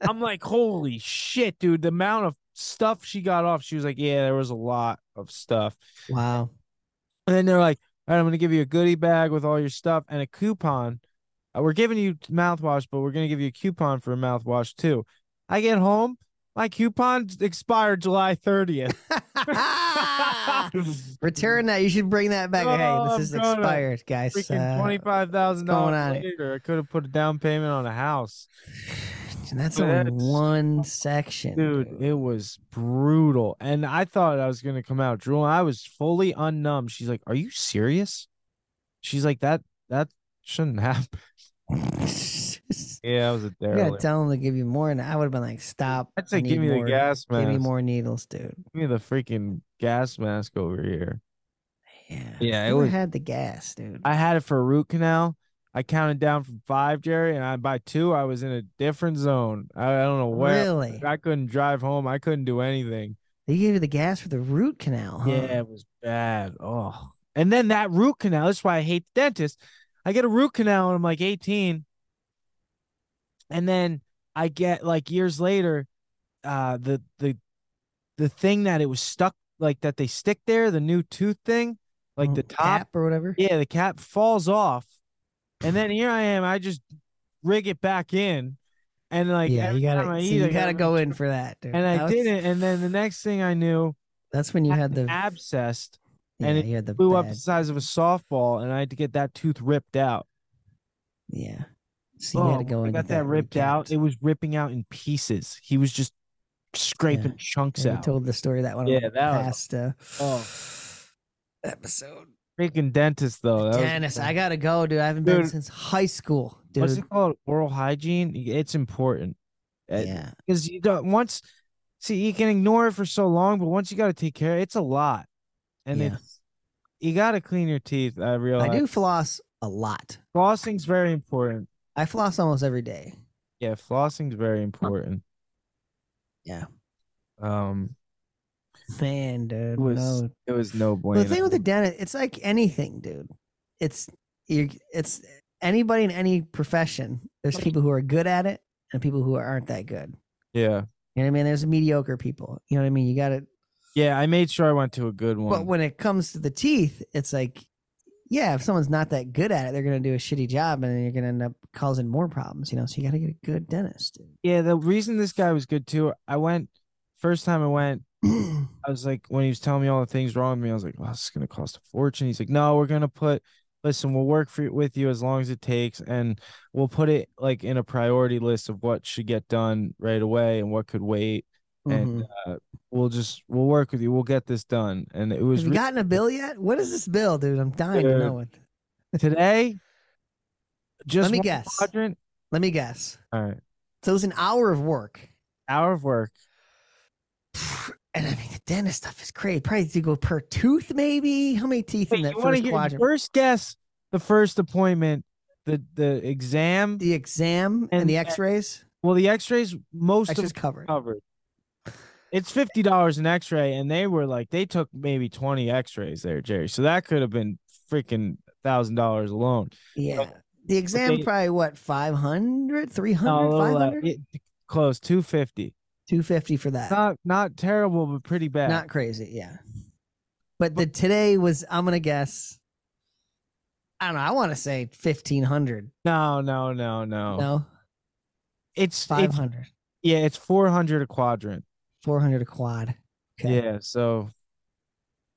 Speaker 2: I'm like, holy shit, dude. The amount of stuff she got off, she was like, yeah, there was a lot of stuff.
Speaker 3: wow.
Speaker 2: And then they're like, all right, I'm going to give you a goodie bag with all your stuff and a coupon. Uh, We're giving you mouthwash, but we're going to give you a coupon for a mouthwash too. I get home, my coupon expired July 30th.
Speaker 3: Return that. You should bring that back.
Speaker 2: Oh,
Speaker 3: hey,
Speaker 2: I'm
Speaker 3: this is
Speaker 2: gonna
Speaker 3: expired, guys.
Speaker 2: Freaking
Speaker 3: Uh,
Speaker 2: twenty five thousand
Speaker 3: going on
Speaker 2: dollars
Speaker 3: here?
Speaker 2: later, I could have put a down payment on a house,
Speaker 3: and that's only
Speaker 2: That's-
Speaker 3: one section,
Speaker 2: dude. It was brutal, and I thought I was gonna come out drooling. I was fully unnumb. She's like, "Are you serious?" She's like, "That that shouldn't happen." Yeah, I was a
Speaker 3: You
Speaker 2: there.
Speaker 3: gotta tell them to give you more, and I would have been like, "Stop!"
Speaker 2: I'd
Speaker 3: I
Speaker 2: say,
Speaker 3: need
Speaker 2: give me
Speaker 3: more-
Speaker 2: the gas mask.
Speaker 3: Give me more needles, dude.
Speaker 2: Give me the freaking gas mask over here.
Speaker 3: Yeah,
Speaker 2: Yeah, it
Speaker 3: I
Speaker 2: was-
Speaker 3: had the gas, dude.
Speaker 2: I had it for a root canal. I counted down from five, Jerry, and I, by two, I was in a different zone. I, I don't know where.
Speaker 3: really?
Speaker 2: I couldn't drive home. I couldn't do anything.
Speaker 3: They gave you the gas for the root canal, huh?
Speaker 2: Yeah, it was bad. Oh, and then that root canal. That's why I hate the dentist. I get a root canal and I'm like 18, and then I get like years later, uh, the the the thing that it was stuck like that they stick there, the new tooth thing, like
Speaker 3: Mm,
Speaker 2: the top.
Speaker 3: cap or whatever.
Speaker 2: Yeah, the cap falls off, and then here I am. I just rig it back in, and like
Speaker 3: yeah,
Speaker 2: every
Speaker 3: you gotta,
Speaker 2: time I
Speaker 3: see,
Speaker 2: eat, I
Speaker 3: you gotta go in for that, dude.
Speaker 2: And
Speaker 3: That
Speaker 2: I
Speaker 3: was-
Speaker 2: didn't. And then the next thing I knew,
Speaker 3: That's when you
Speaker 2: I
Speaker 3: had the
Speaker 2: abscessed
Speaker 3: yeah,
Speaker 2: and it
Speaker 3: you had the
Speaker 2: blew up
Speaker 3: bad-
Speaker 2: the size of a softball, and I had to get that tooth ripped out.
Speaker 3: Yeah, so you had to go
Speaker 2: I
Speaker 3: in.
Speaker 2: got that, ripped out. It was ripping out in pieces. He was just scraping
Speaker 3: Yeah.
Speaker 2: chunks
Speaker 3: You
Speaker 2: out.
Speaker 3: told the story that one.
Speaker 2: Yeah,
Speaker 3: on the
Speaker 2: that was-
Speaker 3: past, uh,
Speaker 2: Oh.
Speaker 3: episode.
Speaker 2: Freaking dentist though. That was-
Speaker 3: Dennis, I gotta go, dude. I haven't been
Speaker 2: Dude.
Speaker 3: since high school, dude.
Speaker 2: what's it called? Oral hygiene. It's important.
Speaker 3: yeah,
Speaker 2: Because you don't once see you can ignore it for so long, but once you got to take care, it's a lot, and
Speaker 3: Yeah.
Speaker 2: it's you got to clean your teeth. I realize
Speaker 3: I do floss a lot.
Speaker 2: flossing's very important.
Speaker 3: I floss almost every day.
Speaker 2: Yeah, flossing's very important.
Speaker 3: Yeah.
Speaker 2: Um,
Speaker 3: fan, dude.
Speaker 2: It was
Speaker 3: no.
Speaker 2: it was no bueno.
Speaker 3: Well, the thing with the dentist, it's like anything, dude. It's you. It's anybody in any profession. There's people who are good at it and people who aren't that good.
Speaker 2: yeah,
Speaker 3: You know what I mean? There's mediocre people. You know what I mean? You got to
Speaker 2: yeah. I made sure I went to a good one.
Speaker 3: But when it comes to the teeth, it's like, yeah, if someone's not that good at it, they're gonna do a shitty job, and then you're gonna end up causing more problems. You know, so you gotta get a good dentist.
Speaker 2: yeah, the reason this guy was good too. I went first time I went.
Speaker 3: Mm-hmm.
Speaker 2: I was like, when he was telling me all the things wrong with me, I was like, well, this is gonna cost a fortune. He's like, no, we're gonna put. Listen, we'll work for with you as long as it takes, and we'll put it like in a priority list of what should get done right away and what could wait. And
Speaker 3: Mhm.
Speaker 2: uh, we'll just we'll work with you. We'll get this done. And it was
Speaker 3: Have you
Speaker 2: re-
Speaker 3: gotten a bill yet? What is this bill, dude? I'm dying to
Speaker 2: Dude,
Speaker 3: know it.
Speaker 2: today. Just
Speaker 3: me
Speaker 2: one
Speaker 3: guess.
Speaker 2: Quadrant.
Speaker 3: Let me guess.
Speaker 2: All right,
Speaker 3: So it was an hour of work,
Speaker 2: hour of work.
Speaker 3: and I mean the dentist stuff is crazy. Probably to go per tooth, maybe. How many teeth in
Speaker 2: Wait,
Speaker 3: that
Speaker 2: you want to
Speaker 3: first
Speaker 2: hear
Speaker 3: quadrant?
Speaker 2: first guess the first appointment, the the exam.
Speaker 3: The exam and,
Speaker 2: And- Oh,
Speaker 3: the X-rays.
Speaker 2: well, the X-rays most of
Speaker 3: X-rays
Speaker 2: them
Speaker 3: covered.
Speaker 2: covered. It's fifty dollars an X-ray, and they were like they took maybe twenty X-rays there, Jerry. So that could have been freaking thousand dollars alone.
Speaker 3: Yeah. The exam
Speaker 2: they-
Speaker 3: probably what 500, 300,
Speaker 2: No, a little, uh,
Speaker 3: 500?
Speaker 2: it- close two fifty.
Speaker 3: 250 for that.
Speaker 2: Not not terrible, but pretty bad.
Speaker 3: Not crazy, yeah. But the today was I'm gonna guess. I don't know. I want to say fifteen hundred.
Speaker 2: no, no, no, no.
Speaker 3: No,
Speaker 2: Oh. it's
Speaker 3: five
Speaker 2: it's
Speaker 3: hundred.
Speaker 2: yeah, it's four hundred a quadrant.
Speaker 3: Four hundred a quad. Okay.
Speaker 2: Yeah, so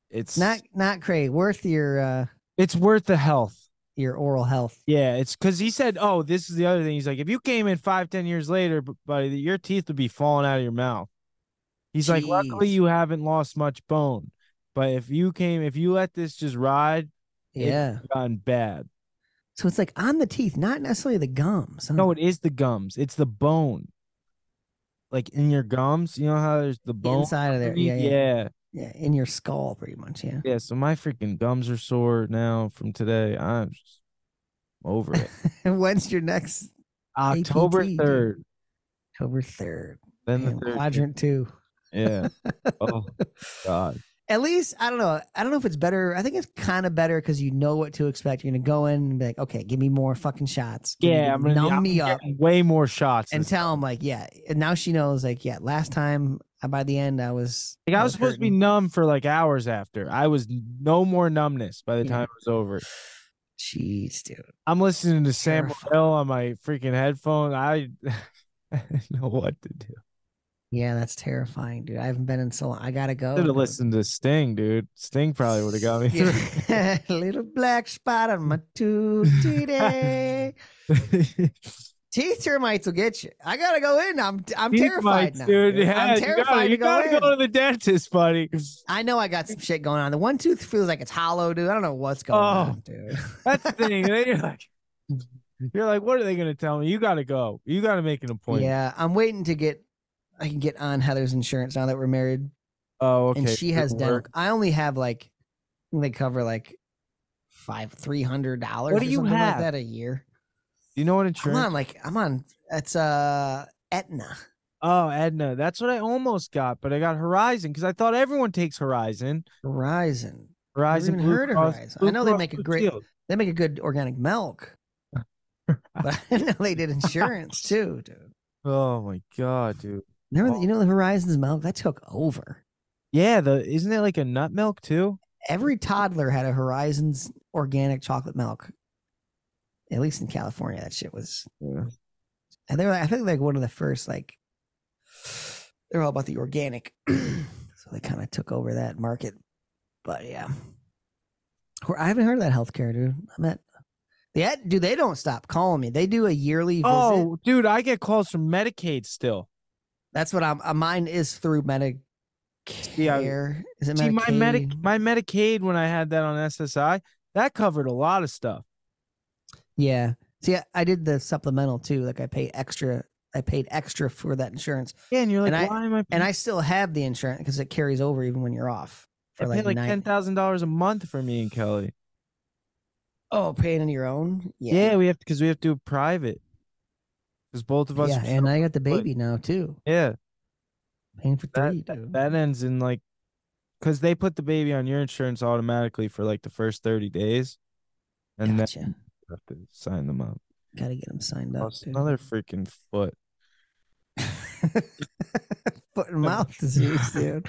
Speaker 2: it's
Speaker 3: Not not crazy. Worth your uh
Speaker 2: it's worth the health.
Speaker 3: your oral health.
Speaker 2: Yeah, it's because he said, "Oh, this is the other thing." He's like, "If you came in five, ten years later, b- buddy, your teeth would be falling out of your mouth." He's like, "Luckily,
Speaker 3: Jeez.
Speaker 2: you haven't lost much bone, but if you came, if you let this just ride, It-
Speaker 3: Yeah.
Speaker 2: it's gotten bad."
Speaker 3: So it's like on the teeth, not necessarily the gums. huh?
Speaker 2: No, it is the gums. It's the bone, like in your gums. You know how there's the bone
Speaker 3: inside of there.
Speaker 2: underneath?
Speaker 3: Yeah, yeah, yeah.
Speaker 2: yeah,
Speaker 3: In your skull, pretty much. Yeah.
Speaker 2: yeah. So my freaking gums are sore now from today. I'm just over it.
Speaker 3: And when's your next
Speaker 2: October
Speaker 3: APT, dude.
Speaker 2: third,
Speaker 3: October third?
Speaker 2: then the
Speaker 3: Damn,
Speaker 2: third.
Speaker 3: quadrant two.
Speaker 2: Yeah. Oh God.
Speaker 3: at least I don't know. I don't know if it's better. I think it's kind of better because you know what to expect. You're gonna go in and be like, okay, give me more fucking shots. Give me-
Speaker 2: Yeah, I'm gonna
Speaker 3: numb
Speaker 2: I'm
Speaker 3: me up
Speaker 2: getting Way more shots.
Speaker 3: and
Speaker 2: this-
Speaker 3: tell him like, yeah. And now she knows like, yeah. Last time, I, by the end, I was
Speaker 2: like I was supposed to be
Speaker 3: hurting.
Speaker 2: numb for like hours after. I was no more numbness by the
Speaker 3: Yeah.
Speaker 2: time it was over.
Speaker 3: Jeez, dude.
Speaker 2: I'm listening to Sam
Speaker 3: Terrifying.
Speaker 2: Hill on my freaking headphone. I, I didn't know what to do.
Speaker 3: Yeah, that's terrifying, dude. I haven't been in so long. I gotta go.
Speaker 2: Should have
Speaker 3: dude.
Speaker 2: listened to Sting, dude. Sting probably would have got me. through.
Speaker 3: Yeah. Little black spot on my tooth today. Teeth termites will get you. I gotta go in. I'm I'm
Speaker 2: Teeth
Speaker 3: terrified
Speaker 2: mites,
Speaker 3: now.
Speaker 2: dude.
Speaker 3: dude.
Speaker 2: Yeah,
Speaker 3: I'm
Speaker 2: you gotta-
Speaker 3: terrified
Speaker 2: you gotta,
Speaker 3: to go in.
Speaker 2: go, to the dentist, buddy.
Speaker 3: I know I got some shit going on. The one tooth feels like it's hollow, dude. I don't know what's going
Speaker 2: Oh.
Speaker 3: on, dude.
Speaker 2: That's the thing. And then you're like, you're like, what are they gonna tell me? You gotta go. You gotta make an appointment.
Speaker 3: Yeah, I'm waiting to get. I can get on Heather's insurance now that we're married,
Speaker 2: Oh, okay.
Speaker 3: and she has
Speaker 2: Good
Speaker 3: dental.
Speaker 2: work.
Speaker 3: I only have like, I think they cover like five, three hundred dollars.
Speaker 2: What do
Speaker 3: or
Speaker 2: you
Speaker 3: something
Speaker 2: have?
Speaker 3: Like that a year.
Speaker 2: Do you know what insurance?
Speaker 3: I'm on like I'm on. It's uh Etna.
Speaker 2: Oh, Edna. That's what I almost got, but I got Horizon because I thought everyone takes Horizon.
Speaker 3: Horizon.
Speaker 2: Horizon.
Speaker 3: even
Speaker 2: Blue
Speaker 3: heard of
Speaker 2: Cross-
Speaker 3: Horizon. I
Speaker 2: Blue
Speaker 3: know they
Speaker 2: Cross
Speaker 3: make a
Speaker 2: Blue
Speaker 3: great-
Speaker 2: Shield.
Speaker 3: They make a good organic milk, but I know they did insurance too, dude.
Speaker 2: Oh my god, dude.
Speaker 3: Remember,
Speaker 2: Oh.
Speaker 3: you know the Horizons milk that took over.
Speaker 2: Yeah, the isn't it like a nut milk too?
Speaker 3: every toddler had a Horizons organic chocolate milk. At least in California, that shit was.
Speaker 2: Yeah.
Speaker 3: And they were, I think, like one of the first. Like, they're all about the organic, so they kind of took over that market. But yeah, Hor- I haven't heard of that healthcare, dude. I'm at. Yeah, dude, they don't stop calling me. They do a yearly visit.
Speaker 2: Oh, dude, I get calls from Medicaid still.
Speaker 3: That's what I'm. Uh, mine is through Medicare. Is it
Speaker 2: See, my medic
Speaker 3: Medicaid?
Speaker 2: my Medicaid when I had that on SSI, that covered a lot of stuff.
Speaker 3: Yeah. See, I, I did the supplemental too. Like I pay extra. I paid extra for that insurance,
Speaker 2: Yeah, and you're like,
Speaker 3: And I-
Speaker 2: why am I
Speaker 3: and I still have the insurance because it carries over even when you're off
Speaker 2: I
Speaker 3: for
Speaker 2: pay
Speaker 3: like,
Speaker 2: like
Speaker 3: nine-
Speaker 2: ten thousand dollars a month for me and Kelly.
Speaker 3: Oh, paying on your own. Yeah.
Speaker 2: Yeah, we have because we have to do it private. Because both of us
Speaker 3: Yeah,
Speaker 2: are
Speaker 3: and I got the
Speaker 2: But-
Speaker 3: baby now too.
Speaker 2: yeah.
Speaker 3: Paying for
Speaker 2: That-
Speaker 3: three.
Speaker 2: that-
Speaker 3: dude.
Speaker 2: that ends in like because they put the baby on your insurance automatically for like the first 30 days and
Speaker 3: gotcha.
Speaker 2: then you have to sign them up.
Speaker 3: Gotta get them signed up.
Speaker 2: Lost
Speaker 3: dude.
Speaker 2: another freaking foot.
Speaker 3: Foot and mouth disease, dude.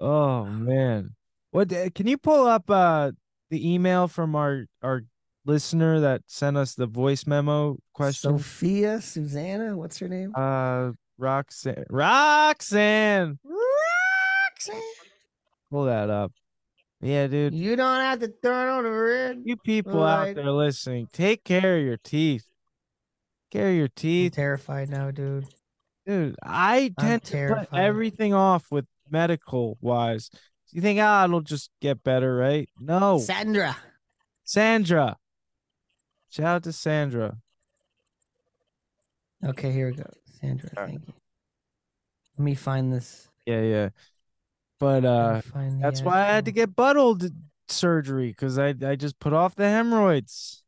Speaker 2: oh man. What the- can you pull up uh the email from our our listener that sent us the voice memo question?
Speaker 3: Sophia, Susanna, what's her name?
Speaker 2: uh Roxanne Roxanne
Speaker 3: Roxanne.
Speaker 2: pull that up. Yeah, dude.
Speaker 3: You don't have to turn on the red.
Speaker 2: You people out
Speaker 3: Right.
Speaker 2: there listening, take care of your teeth. Care of your
Speaker 3: I'm
Speaker 2: teeth.
Speaker 3: terrified now, dude.
Speaker 2: Dude, I tend to put
Speaker 3: terrified.
Speaker 2: everything off with medical wise. You think, ah, it'll just get better, right?
Speaker 3: Oh.
Speaker 2: No.
Speaker 3: Sandra.
Speaker 2: Sandra. Shout out to Sandra.
Speaker 3: Okay, here we go. Sandra,
Speaker 2: Alright.
Speaker 3: thank you. Let me find this.
Speaker 2: Yeah, yeah. But
Speaker 3: let me
Speaker 2: uh
Speaker 3: find the
Speaker 2: that's why I had to
Speaker 3: actual-
Speaker 2: get butthole d- surgery because I I just put off the hemorrhoids.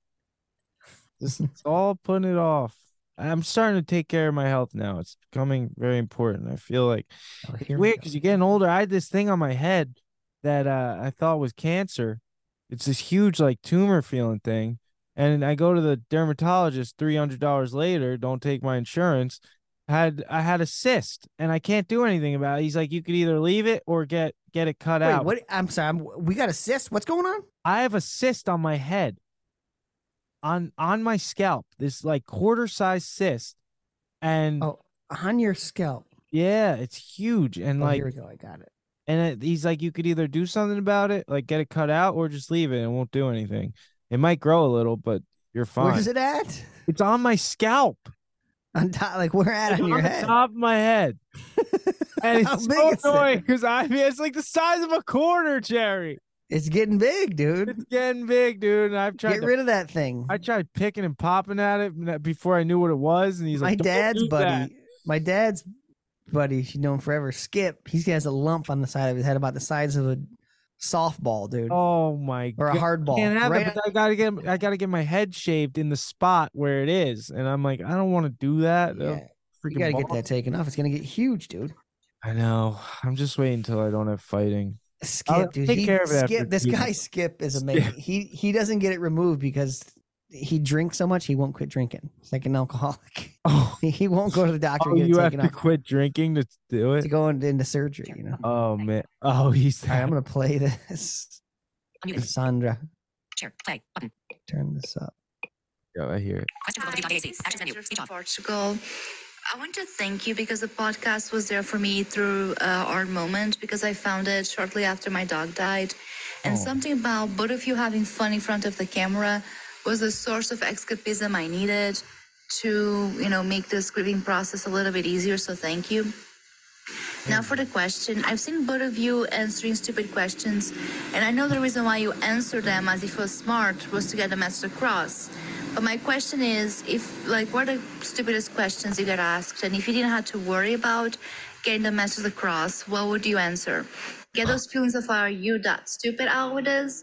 Speaker 2: Just
Speaker 3: Oh,
Speaker 2: it's all putting it off. I'm starting to take care of my health now. It's becoming very important. I feel like
Speaker 3: Oh,
Speaker 2: It's
Speaker 3: here we
Speaker 2: weird
Speaker 3: go.
Speaker 2: because you're getting older. I had this thing on my head that uh, I thought was cancer. It's this huge like tumor feeling thing, and I go to the dermatologist. Three hundred dollars later, don't take my insurance. Had I had a cyst, and I can't do anything about it. He's like, you could either leave it or get get it cut
Speaker 3: Wait,
Speaker 2: out.
Speaker 3: what? I'm sorry. I'm, we got a cyst. What's going on?
Speaker 2: I have a cyst on my head, on on my scalp. This like quarter size cyst, and
Speaker 3: Oh, On your scalp.
Speaker 2: yeah, it's huge. And
Speaker 3: Oh,
Speaker 2: like
Speaker 3: here we go. I got it.
Speaker 2: And it, he's like, you could either do something about it, like get it cut out, or just leave it and it won't do anything. It might grow a little, but you're fine.
Speaker 3: Where's it at?
Speaker 2: It's on my scalp,
Speaker 3: On top, like where at
Speaker 2: It's
Speaker 3: on
Speaker 2: on
Speaker 3: your
Speaker 2: the
Speaker 3: head?
Speaker 2: top of my head, and
Speaker 3: How
Speaker 2: it's so
Speaker 3: big is it?
Speaker 2: annoying because I mean it's like the size of a quarter, Jerry.
Speaker 3: It's getting big, dude.
Speaker 2: It's getting big, dude. And I've tried
Speaker 3: Get
Speaker 2: to,
Speaker 3: rid of that thing.
Speaker 2: I tried picking and popping at it n- before I knew what it was, and he's
Speaker 3: my
Speaker 2: like, "Don't
Speaker 3: dad's
Speaker 2: do
Speaker 3: buddy,
Speaker 2: that."
Speaker 3: my dad's buddy, she's known forever, Skip. He has a lump on the side of his head about the size of a softball, dude,
Speaker 2: Oh my
Speaker 3: or a
Speaker 2: god.
Speaker 3: hard ball.
Speaker 2: Can't have
Speaker 3: Right
Speaker 2: it, but I gotta get I gotta get my head shaved in the spot where it is, and I'm like, I don't want to do that.
Speaker 3: on-
Speaker 2: That'll
Speaker 3: yeah, you
Speaker 2: freaking
Speaker 3: gotta get
Speaker 2: ball.
Speaker 3: that taken off. It's gonna get huge, dude.
Speaker 2: I know. I'm just waiting until I don't have fighting.
Speaker 3: Skip, dude.
Speaker 2: take
Speaker 3: he,
Speaker 2: care of it after
Speaker 3: Skip, this
Speaker 2: treatment.
Speaker 3: guy Skip is
Speaker 2: Skip.
Speaker 3: amazing. He he doesn't get it removed because he drinks so much he won't quit drinking. It's like an alcoholic.
Speaker 2: Oh,
Speaker 3: He- he won't go to the doctor and get
Speaker 2: you
Speaker 3: it
Speaker 2: have to
Speaker 3: taken off
Speaker 2: quit drinking to do
Speaker 3: to
Speaker 2: it.
Speaker 3: go in- into surgery. You
Speaker 4: Uh,
Speaker 3: know.
Speaker 2: Oh man. Oh, he's
Speaker 3: All right, I'm
Speaker 2: that-
Speaker 3: gonna play this.
Speaker 4: Unmuted.
Speaker 3: Sandra,
Speaker 4: Share. Play. Button.
Speaker 3: turn this up.
Speaker 2: Yo, I hear it.
Speaker 4: Question
Speaker 5: Hi,
Speaker 3: Ah,
Speaker 4: from
Speaker 5: this
Speaker 4: Daisy.
Speaker 5: is
Speaker 4: Actions menu.
Speaker 5: Sandra
Speaker 4: Speech
Speaker 5: from
Speaker 4: off.
Speaker 5: Portugal. I want to thank you because the podcast was there for me through uh, our moment because I found it shortly after my dog died. And
Speaker 2: Oh.
Speaker 5: something about both of you having fun in front of the camera was the source of escapism I needed to, you know, make this grieving process a little bit easier. So thank you. Now for the question. I've seen both of you answering stupid questions, and I know the reason why you answered them as if it was smart was to get the message across. But my question is, if like, what are the stupidest questions you got asked, and if you didn't have to worry about getting the message across, what would you answer? Get those feelings of are you that stupid out with us?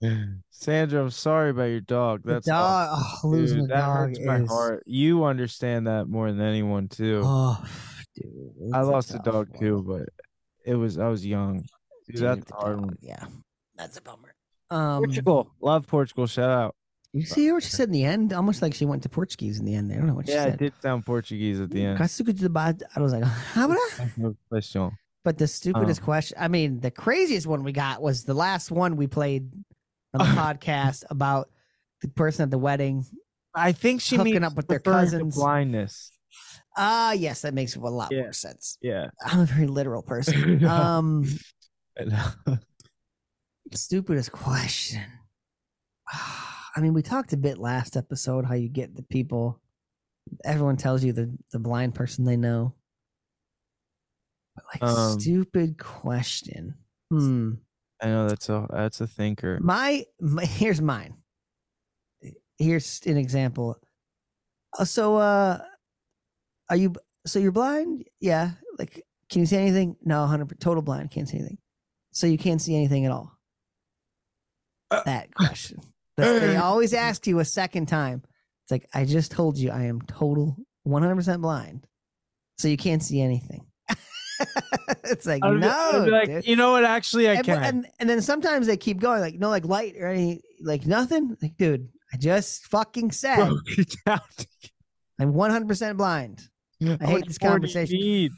Speaker 2: Sandra, I'm sorry about your dog.
Speaker 3: The
Speaker 2: That's awful,
Speaker 3: dog, oh, losing
Speaker 2: dude.
Speaker 3: the
Speaker 2: that
Speaker 3: dog
Speaker 2: hurts my
Speaker 3: is-
Speaker 2: heart. You understand that more than anyone too.
Speaker 3: Oh, dude,
Speaker 2: I
Speaker 3: it's
Speaker 2: lost a
Speaker 3: tough
Speaker 2: dog
Speaker 3: one.
Speaker 2: too, but it was I was young. Dude,
Speaker 3: Dude,
Speaker 2: that's
Speaker 3: the
Speaker 2: a hard
Speaker 3: dog,
Speaker 2: one.
Speaker 3: Yeah, that's a bummer. Um,
Speaker 2: Portugal, love Portugal. Shout out.
Speaker 3: You see what she said in the end? Almost like she went to Portuguese in the end. There, I don't know what she
Speaker 2: Yeah, it
Speaker 3: said.
Speaker 2: did sound Portuguese at the end.
Speaker 3: Casuca de bad- I was like, "How about that?"
Speaker 2: No question.
Speaker 3: But the stupidest
Speaker 2: Oh.
Speaker 3: question, I mean, the craziest one we got was the last one we played on the podcast about the person at the wedding.
Speaker 2: I think she
Speaker 3: Hooking
Speaker 2: means
Speaker 3: up with their
Speaker 2: referring to
Speaker 3: cousins.
Speaker 2: Blindness.
Speaker 3: Ah, yes, that makes a lot
Speaker 2: Yeah.
Speaker 3: more sense.
Speaker 2: Yeah.
Speaker 3: I'm a very literal person. Um, stupidest question. I mean, we talked a bit last episode how you get the people. Everyone tells you the the blind person they know. But like
Speaker 2: Um,
Speaker 3: stupid question. Hmm.
Speaker 2: I know that's a that's a thinker.
Speaker 3: My, my here's mine. Here's an example. Uh, So uh are you b- so you're blind? Yeah. Like can you see anything? No, 100 total blind, can't see anything. So you can't see anything at all.
Speaker 2: Uh,
Speaker 3: that question. That's- they always ask you a second time. It's like I just told you I am total 100% blind. So you can't see anything. it's like
Speaker 2: I'd be- I'd
Speaker 3: no,
Speaker 2: be like,
Speaker 3: dude.
Speaker 2: you know what? Actually, I
Speaker 3: and,
Speaker 2: can.
Speaker 3: and and then sometimes they keep going like no like light or any like nothing like dude I just fucking said
Speaker 2: Broke it down.
Speaker 3: I'm 100 percent blind.
Speaker 2: How
Speaker 3: hate
Speaker 2: much
Speaker 3: this
Speaker 2: more do you
Speaker 3: conversation.
Speaker 2: need?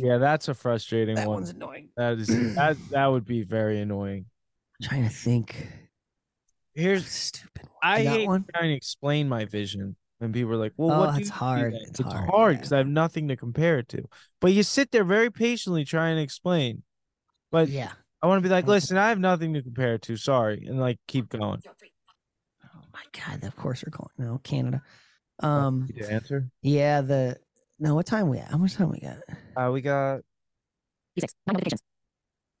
Speaker 2: Yeah, that's a frustrating
Speaker 3: That
Speaker 2: one.
Speaker 3: one's annoying.
Speaker 2: That is that that would be very annoying.
Speaker 3: I'm trying to think.
Speaker 2: Here's
Speaker 3: Stupid. One.
Speaker 2: I
Speaker 3: that
Speaker 2: hate
Speaker 3: one?
Speaker 2: trying to explain my vision, and people are like, "Well,
Speaker 3: Oh,
Speaker 2: what?" do
Speaker 3: it's
Speaker 2: you do
Speaker 3: hard.
Speaker 2: then?"
Speaker 3: It's
Speaker 2: it's
Speaker 3: hard,
Speaker 2: hard
Speaker 3: yeah.
Speaker 2: because I have nothing to compare it to. But you sit there very patiently trying to explain. But
Speaker 3: Yeah.
Speaker 2: I want to be like,
Speaker 3: Okay.
Speaker 2: "Listen, I have nothing to compare it to. Sorry," and like keep going.
Speaker 3: Oh my god. Of course they're going. No, Canada. Um.
Speaker 2: You answer.
Speaker 3: Yeah. The. No. What time we at? How much time we got?
Speaker 2: Uh, we got
Speaker 4: Six. No notifications.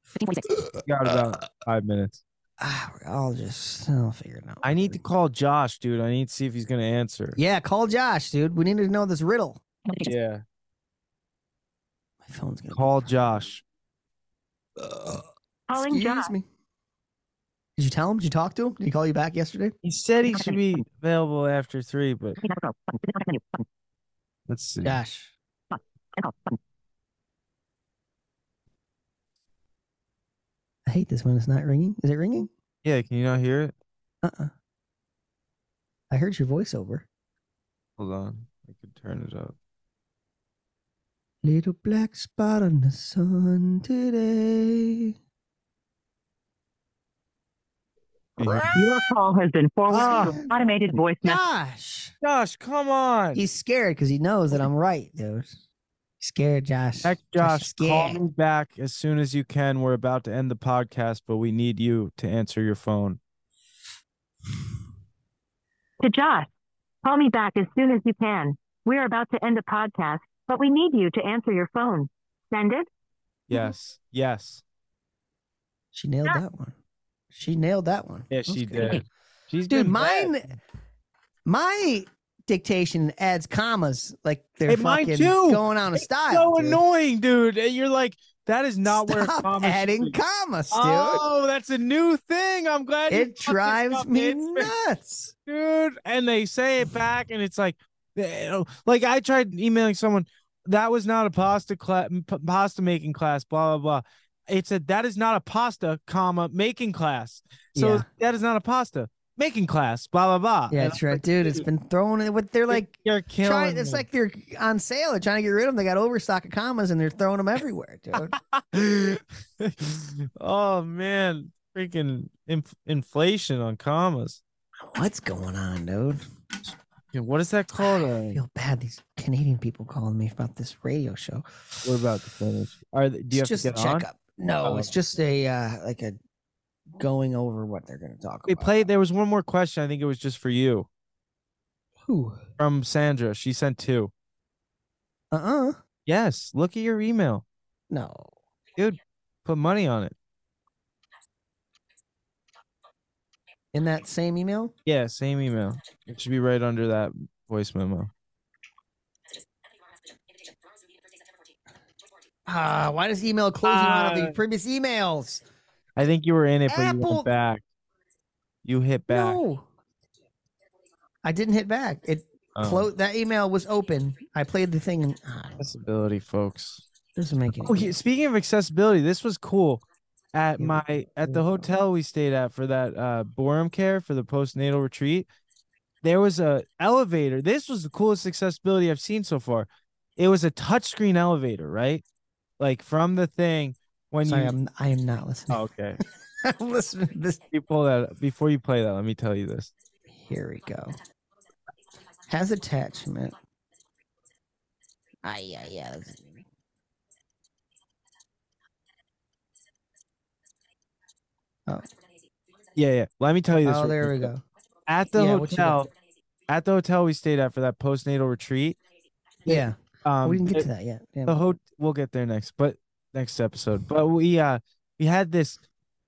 Speaker 4: 1546.
Speaker 2: we got about five minutes.
Speaker 3: Ah, we're all just. I'll figure it out.
Speaker 2: I need to call Josh, dude. I need to see if he's gonna answer.
Speaker 3: Yeah. Call Josh, dude. We need to know this riddle.
Speaker 4: Notifications.
Speaker 2: yeah.
Speaker 3: My phone's gonna. be
Speaker 2: Call
Speaker 3: fr-
Speaker 2: Josh.
Speaker 3: Excuse me. Did you tell him? Did you talk to him? Did he call you back yesterday?
Speaker 2: He said he should be available after three, but
Speaker 4: Three number pro. Button. Contact menu. Button.
Speaker 2: let's see.
Speaker 3: Josh.
Speaker 4: And call. Button.
Speaker 3: I hate this when it's not ringing. Is it ringing?
Speaker 2: Yeah, can you not hear it?
Speaker 3: Uh. uh I heard your voiceover.
Speaker 2: Hold on. I could turn it up.
Speaker 3: Little black spot on the sun today.
Speaker 6: Your call has been forwarded
Speaker 3: Ah.
Speaker 6: to an automated voice message.
Speaker 3: Josh,
Speaker 2: Josh, come on.
Speaker 3: he's scared because he knows that I'm right, dude. Scared, Josh.
Speaker 2: Heck,
Speaker 3: is
Speaker 2: Josh, call
Speaker 3: scared.
Speaker 2: me back as soon as you can. We're about to end the podcast, but we need you to answer your phone.
Speaker 6: To Josh, call me back as soon as you can. We are about to end a podcast, but we need you to answer your phone. Send it.
Speaker 2: Yes. Yes.
Speaker 3: She nailed
Speaker 6: Yeah.
Speaker 3: that one. She nailed that one.
Speaker 2: Yeah,
Speaker 3: That was
Speaker 2: she
Speaker 3: good.
Speaker 2: did. She's
Speaker 3: Dude,
Speaker 2: been
Speaker 3: mine,
Speaker 2: bad.
Speaker 3: my dictation adds commas like they're
Speaker 2: Hey, mine
Speaker 3: fucking
Speaker 2: too.
Speaker 3: going on a
Speaker 2: It's
Speaker 3: style.
Speaker 2: so
Speaker 3: dude.
Speaker 2: annoying, dude. And You're like, that is not where
Speaker 3: Stop
Speaker 2: commas
Speaker 3: adding
Speaker 2: should be.
Speaker 3: commas, dude.
Speaker 2: Oh, that's a new thing. I'm glad you
Speaker 3: it
Speaker 2: brought this
Speaker 3: drives
Speaker 2: up,
Speaker 3: me
Speaker 2: It's been-
Speaker 3: nuts.
Speaker 2: dude. And they say it back, and it's like, eh, oh, like I tried emailing someone that was not a pasta class, pasta making class, blah blah blah. It said that is not a pasta, comma making class. So
Speaker 3: Yeah.
Speaker 2: that is not a pasta making class, blah blah blah.
Speaker 3: Yeah,
Speaker 2: And
Speaker 3: it's
Speaker 2: I'm
Speaker 3: right, dude. It's been thrown. in What they're like,
Speaker 2: You're killing.
Speaker 3: Trying, it's
Speaker 2: me."
Speaker 3: like they're on sale. They're trying to get rid of them. They got overstock of commas and they're throwing them everywhere, dude.
Speaker 2: oh man, freaking inf- inflation on commas.
Speaker 3: What's going on, dude?
Speaker 2: Yeah, What is that called?
Speaker 3: I
Speaker 2: Uh,
Speaker 3: feel bad. These Canadian people calling me about this radio show.
Speaker 2: we're about to finish. Are they, do you have
Speaker 3: it's just
Speaker 2: to get
Speaker 3: a
Speaker 2: on?
Speaker 3: checkup. No,
Speaker 2: Oh,
Speaker 3: it's
Speaker 2: okay.
Speaker 3: just a uh, like a going over what they're going to talk
Speaker 2: They
Speaker 3: about.
Speaker 2: played. There was one more question. I think it was just for you.
Speaker 3: Who?
Speaker 2: from Sandra. She sent two.
Speaker 3: Uh uh
Speaker 2: Yes, look at your email.
Speaker 3: No.
Speaker 2: Put money on it.
Speaker 3: In that same email?
Speaker 2: Yeah, same email. It should be right under that voice memo.
Speaker 3: Ah, why does email close you out of
Speaker 2: Uh,
Speaker 3: the previous emails?
Speaker 2: I think you were in it, but you
Speaker 3: Apple-
Speaker 2: went back. You hit back.
Speaker 3: No. I didn't hit back. It
Speaker 2: Oh,
Speaker 3: clo- that email was open. I played the thing and ah,
Speaker 2: accessibility, folks.
Speaker 3: doesn't make any
Speaker 2: Oh, yeah, speaking of accessibility, this was cool. At
Speaker 3: Here we
Speaker 2: my at the
Speaker 3: go.
Speaker 2: hotel we stayed at for that uh Borum care for the postnatal retreat, there was a elevator. This was the coolest accessibility I've seen so far. It was a touchscreen elevator, right? Like from the thing when
Speaker 3: Sorry,
Speaker 2: you
Speaker 3: I'm I am not listening.
Speaker 2: Oh, okay.
Speaker 3: I'm listening to this.
Speaker 2: You pull that before you play that. Let me tell you this.
Speaker 3: Here we go. Has attachment. Ah, yeah, yeah. that's-
Speaker 2: Yeah, yeah. Let me tell you this.
Speaker 3: Oh,
Speaker 2: real
Speaker 3: there we
Speaker 2: quick.
Speaker 3: go.
Speaker 2: At the
Speaker 3: Yeah, what you got?
Speaker 2: hotel, at the hotel we stayed at for that postnatal retreat.
Speaker 3: Yeah,
Speaker 2: Um, Oh.
Speaker 3: we didn't get
Speaker 2: the-
Speaker 3: to that yet. damn.
Speaker 2: the ho- we'll get there next, but next episode. But we uh we had this.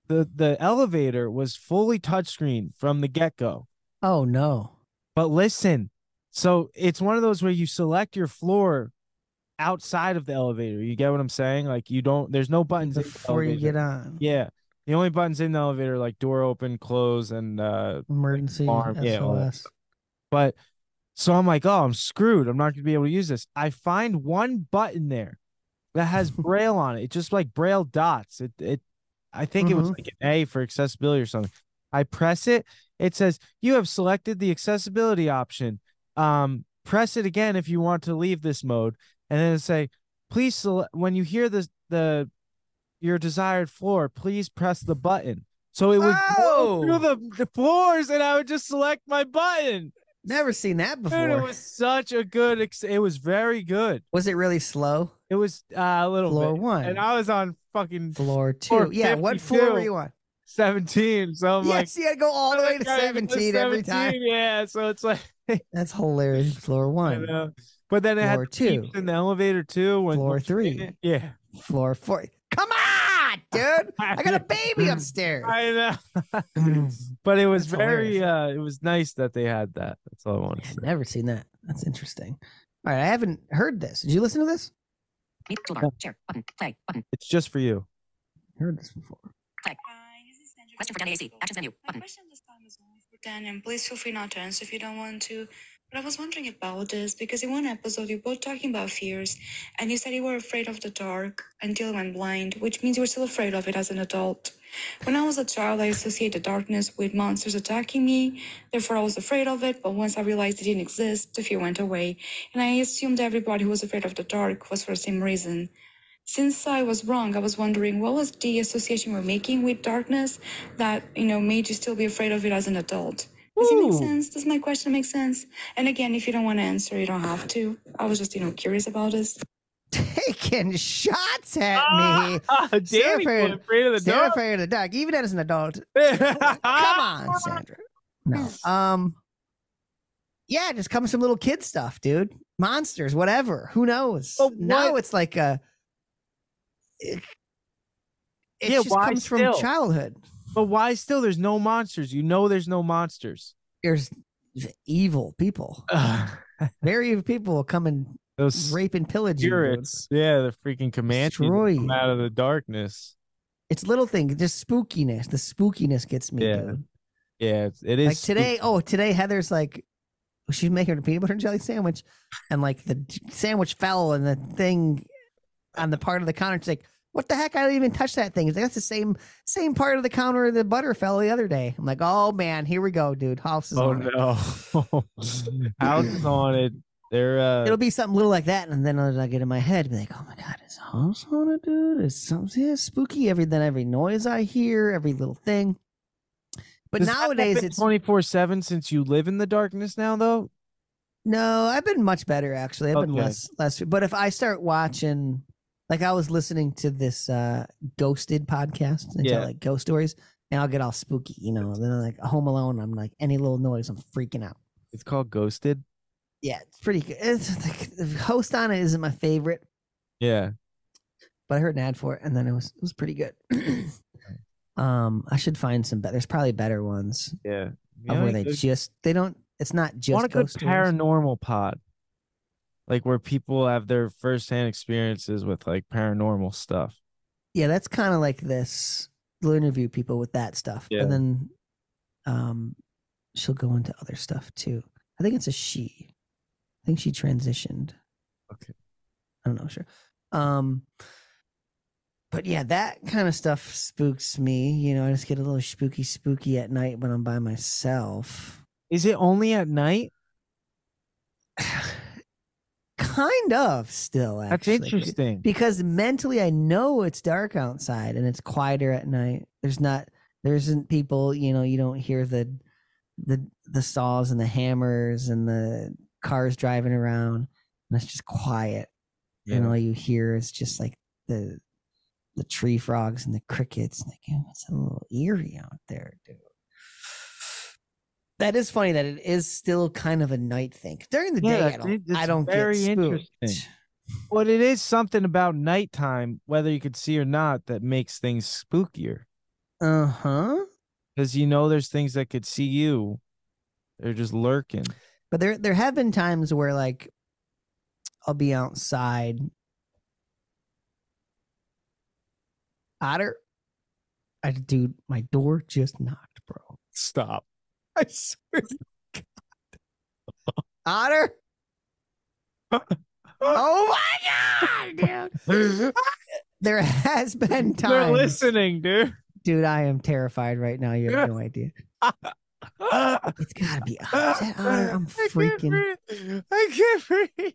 Speaker 2: the The elevator was fully touchscreen from the get go.
Speaker 3: Oh no.
Speaker 2: But listen, so it's one of those where you select your floor outside of the elevator. You get what I'm saying? Like you don't. There's no buttons in the
Speaker 3: Before you
Speaker 2: elevator.
Speaker 3: get on,
Speaker 2: Yeah. The only buttons in the elevator are, like door open, close, and uh
Speaker 3: emergency
Speaker 2: Alarm, yeah, all that
Speaker 3: SOS.
Speaker 2: but so I'm like, oh, I'm screwed. I'm not gonna be able to use this. I find one button there that has braille on it. It's just like braille dots. It it I think it was
Speaker 3: Mhm.
Speaker 2: like an A for accessibility or something. I press it, it says you have selected the accessibility option. Um press it again if you want to leave this mode and then it say please select when you hear the the your desired floor, please press the button. So it would go
Speaker 3: Oh!
Speaker 2: through the, the floors and I would just select my button.
Speaker 3: Never seen that before.
Speaker 2: Dude, it was such a good ex- it was very good.
Speaker 3: Was it really slow?
Speaker 2: It was uh, a little
Speaker 3: Floor
Speaker 2: bit.
Speaker 3: one.
Speaker 2: And I was on fucking
Speaker 3: Floor two.
Speaker 2: Floor
Speaker 3: yeah, what floor were
Speaker 2: 52.
Speaker 3: you on?
Speaker 2: 17. So I'm like,
Speaker 3: yes, you had to go all the
Speaker 2: I
Speaker 3: way to
Speaker 2: gotta get
Speaker 3: 17 every time.
Speaker 2: 17, Yeah. So it's like,
Speaker 3: That's hilarious. Floor
Speaker 2: I
Speaker 3: one,
Speaker 2: know. But then it had
Speaker 3: Floor
Speaker 2: beeps
Speaker 3: two.
Speaker 2: in the elevator too. When
Speaker 3: floor three,
Speaker 2: Yeah.
Speaker 3: floor four. Come on, dude. I got a baby upstairs.
Speaker 2: I know. but it was
Speaker 3: That's
Speaker 2: very, uh, it was nice that they had that. That's all I wanted to say.
Speaker 3: I've never seen that. That's interesting. All right, I haven't heard this. Did you listen to this?
Speaker 4: Meet toolbar. Share. Button. Play. Button.
Speaker 2: It's just for you.
Speaker 3: Heard this before.
Speaker 7: Hi, this is Sandra
Speaker 4: Question for
Speaker 7: from
Speaker 4: Danny AC.
Speaker 7: Mexico.
Speaker 4: Actions menu.
Speaker 7: My
Speaker 4: Button.
Speaker 7: question this time is only for Dan, and please feel free not to answer if you don't want to. But I was wondering about this because in one episode you both talking about fears, and you said you were afraid of the dark until you went blind, which means you were still afraid of it as an adult. When I was a child, I associated darkness with monsters attacking me, therefore I was afraid of it. But once I realized it didn't exist, the fear went away, and I assumed everybody who was afraid of the dark was for the same reason. Since I was wrong, I was wondering what was the association we're making with darkness that you know made you still be afraid of it as an adult. Does it make
Speaker 2: Ooh.
Speaker 7: sense? Does my question make sense? And again, if you don't want to answer, you don't have to. I was just you know curious about this.
Speaker 3: Taking shots at me.
Speaker 2: Ah, Danny,
Speaker 3: Sarah-
Speaker 2: was afraid of the
Speaker 3: Sarah
Speaker 2: dark.
Speaker 3: afraid of the dark, even as an adult. Come
Speaker 2: Come
Speaker 3: on, Sandra. No. Um. Yeah, just come with some little kid stuff, dude. Monsters, whatever. Who knows?
Speaker 2: But
Speaker 3: Now
Speaker 2: what-
Speaker 3: it's like a. It, it
Speaker 2: Yeah,
Speaker 3: just
Speaker 2: why
Speaker 3: comes
Speaker 2: still?
Speaker 3: from childhood.
Speaker 2: But why still? There's no monsters. You know, there's no monsters.
Speaker 3: There's evil people.
Speaker 2: Ugh,
Speaker 3: Very evil people will come and
Speaker 2: Those
Speaker 3: rape and pillage you. dude.
Speaker 2: spirits. Yeah, the freaking Comanches that
Speaker 3: Destroy
Speaker 2: come
Speaker 3: you.
Speaker 2: out of the darkness.
Speaker 3: It's little things, just spookiness. The spookiness gets me.
Speaker 2: Yeah,
Speaker 3: dude.
Speaker 2: Yeah, it's- it is
Speaker 3: Like today,
Speaker 2: spooky.
Speaker 3: oh, today Heather's like, she's making a peanut butter and jelly sandwich, and like the j- sandwich fell and the thing on the part of the counter. She's like, "What the heck? I didn't even touch that thing." It's like, That's the same same part of the counter the butter fell the other day. I'm like, "Oh man, here we go, dude. House is
Speaker 2: Oh
Speaker 3: on it."
Speaker 2: no. House is haunted. They're uh
Speaker 3: It'll be something little like that, and then I get in my head, be like, "Oh my god, is house on it, dude? It's something yeah, spooky." Every then every noise I hear, every little thing. But nowadays, it's
Speaker 2: twenty four seven since you live in the darkness now though.
Speaker 3: No, I've been much better actually. I've been
Speaker 2: Okay.
Speaker 3: less less but if I start watching like I was listening to this uh ghosted podcast and tell
Speaker 2: Yeah.
Speaker 3: like ghost stories and I'll get all spooky, you know, and then like home alone, I'm like any little noise, I'm freaking out.
Speaker 2: It's called ghosted.
Speaker 3: Yeah, it's pretty good. It's like the host on it isn't my favorite,
Speaker 2: Yeah.
Speaker 3: but I heard an ad for it and then it was it was pretty good. um I should find some better there's probably better ones
Speaker 2: Yeah.
Speaker 3: of where they just they don't it's not just
Speaker 2: want a good
Speaker 3: ghost stories.
Speaker 2: paranormal pod. Like where people have their first hand experiences with like paranormal stuff.
Speaker 3: yeah, that's kind of like this. They'll interview people with that stuff,
Speaker 2: Yeah.
Speaker 3: and then um, she'll go into other stuff too. I think it's a she. I think she transitioned.
Speaker 2: Okay.
Speaker 3: I'm not sure. Um, but yeah, that kind of stuff spooks me. You know, I just get a little spooky, spooky at night when I'm by myself.
Speaker 2: Is it only at night?
Speaker 3: kind of still.
Speaker 2: That's
Speaker 3: Actually.
Speaker 2: interesting.
Speaker 3: because mentally I know it's dark outside and it's quieter at night. There's not there isn't people, you know, you don't hear the the the saws and the hammers and the cars driving around and it's just quiet. And all you hear is just like the the tree frogs and the crickets and like "Oh, it's a little eerie out there, dude. That is funny that it is still kind of a night thing. During the
Speaker 2: Yeah,
Speaker 3: day, I
Speaker 2: that's-
Speaker 3: don't,
Speaker 2: it's
Speaker 3: I don't
Speaker 2: very
Speaker 3: get spooked.
Speaker 2: interesting. But it is something about nighttime, whether you could see or not, that makes things spookier.
Speaker 3: Uh huh.
Speaker 2: Because you know there's things that could see you. They're just lurking.
Speaker 3: But there there have been times where like I'll be outside. Otter. I dude, my door just knocked, bro.
Speaker 2: Stop.
Speaker 3: I swear to God. Otter. Oh my god, dude!
Speaker 2: They're
Speaker 3: There has been times,
Speaker 2: listening, dude.
Speaker 3: dude. I am terrified right now. You have no idea.
Speaker 2: Ah, I
Speaker 3: It's gotta be upset. Honor. I'm freaking
Speaker 2: breathe. I can't breathe.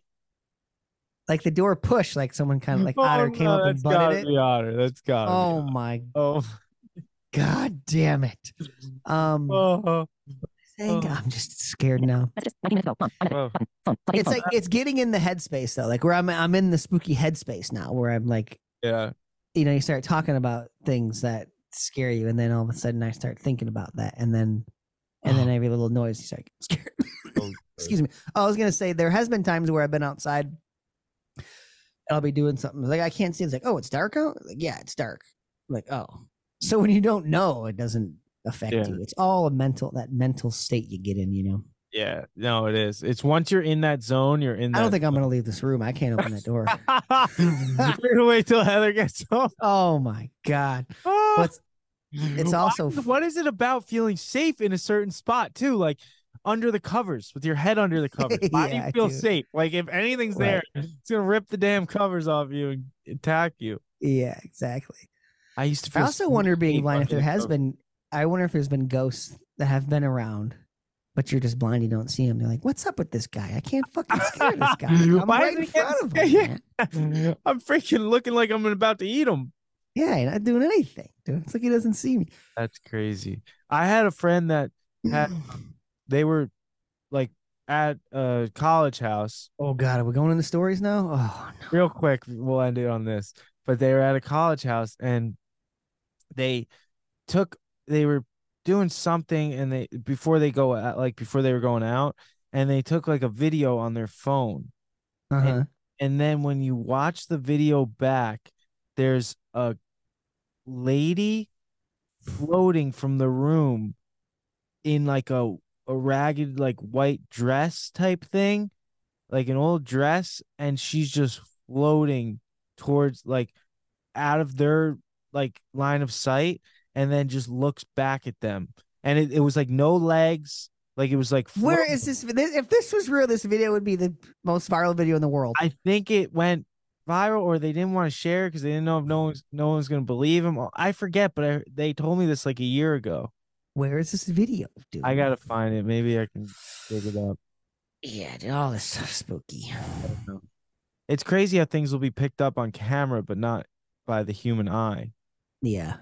Speaker 3: like the door push, like someone kind of like Otter came up and
Speaker 2: Oh, that's gotta
Speaker 3: butted it.
Speaker 2: be Otter. That's gotta
Speaker 3: Oh
Speaker 2: be.
Speaker 3: my
Speaker 2: Otter.
Speaker 3: god, damn it! Um,
Speaker 2: Oh, oh,
Speaker 3: thank-
Speaker 2: oh.
Speaker 3: I'm just scared now.
Speaker 4: Messages, 19 minutes ago. Mom, I'm
Speaker 2: Oh.
Speaker 4: phone, phone, bloody
Speaker 3: It's
Speaker 4: phone.
Speaker 3: like it's getting in the headspace though, like where I'm. I'm in the spooky headspace now, where I'm like,
Speaker 2: yeah.
Speaker 3: you know, you start talking about things that scare you, and then all of a sudden I start thinking about that, and then and then every little noise, you start getting scared.
Speaker 2: Oh,
Speaker 3: excuse me. Oh, I was gonna say there has been times where I've been outside and I'll be doing something like I can't see. It's like, oh, it's dark out. Like, yeah, it's dark. I'm like, oh, so when you don't know, it doesn't affect
Speaker 2: Yeah.
Speaker 3: you. It's all a mental that mental state you get in. You know,
Speaker 2: Yeah. No, it is. It's once you're in that zone, you're in. That
Speaker 3: I don't think I'm gonna leave this room. I can't open that door.
Speaker 2: We're gonna wait till Heather gets home.
Speaker 3: oh my god. What's- it's
Speaker 2: Why
Speaker 3: also
Speaker 2: is-
Speaker 3: f-
Speaker 2: Ah! what is it about feeling safe in a certain spot too? Like under the covers, with your head under the covers. Why do
Speaker 3: Yeah,
Speaker 2: you feel
Speaker 3: dude.
Speaker 2: safe? Like if anything's
Speaker 3: Right.
Speaker 2: there, it's gonna rip the damn covers off you and attack you.
Speaker 3: Yeah, exactly.
Speaker 2: I used to.
Speaker 3: I
Speaker 2: Feel
Speaker 3: also
Speaker 2: so
Speaker 3: wonder
Speaker 2: safe
Speaker 3: being blind if
Speaker 2: under
Speaker 3: there
Speaker 2: the
Speaker 3: has
Speaker 2: covers.
Speaker 3: been. I wonder if there's been ghosts that have been around, but you're just blind. You don't see them. They're like, "What's up with this guy? I can't fucking scare this guy. I'm
Speaker 2: Why
Speaker 3: right
Speaker 2: is
Speaker 3: in
Speaker 2: he getting
Speaker 3: front of
Speaker 2: scared?
Speaker 3: him.
Speaker 2: Yeah.
Speaker 3: man.
Speaker 2: I'm freaking looking like I'm about to eat them.
Speaker 3: Yeah, you're not doing anything, dude. It's like he doesn't see me.
Speaker 2: That's crazy. I had a friend that Had- they were like at a college house.
Speaker 3: oh God, are we going into stories now? Oh no.
Speaker 2: Real quick, we'll end it on this. But they were at a college house and they took they were doing something and they before they go out like before they were going out and they took like a video on their phone.
Speaker 3: Uh-huh.
Speaker 2: And then when you watch the video back, there's a lady floating from the room in like a a ragged like white dress type thing, like an old dress, and she's just floating towards like out of their like line of sight and then just looks back at them. And it, it was like no legs, like it was like
Speaker 3: Where
Speaker 2: floating.
Speaker 3: is this? this- If this was real, this video would be the most viral video in the world.
Speaker 2: I think it went viral, or they didn't want to share because they didn't know if no one's no one's gonna believe him. I forget, but I, they told me this like a year ago.
Speaker 3: Where is this video, dude?
Speaker 2: I gotta find it. Maybe I can dig it up.
Speaker 3: Yeah, dude, all this stuff spooky.
Speaker 2: It's crazy how things will be picked up on camera, but not by the human eye.
Speaker 3: Yeah.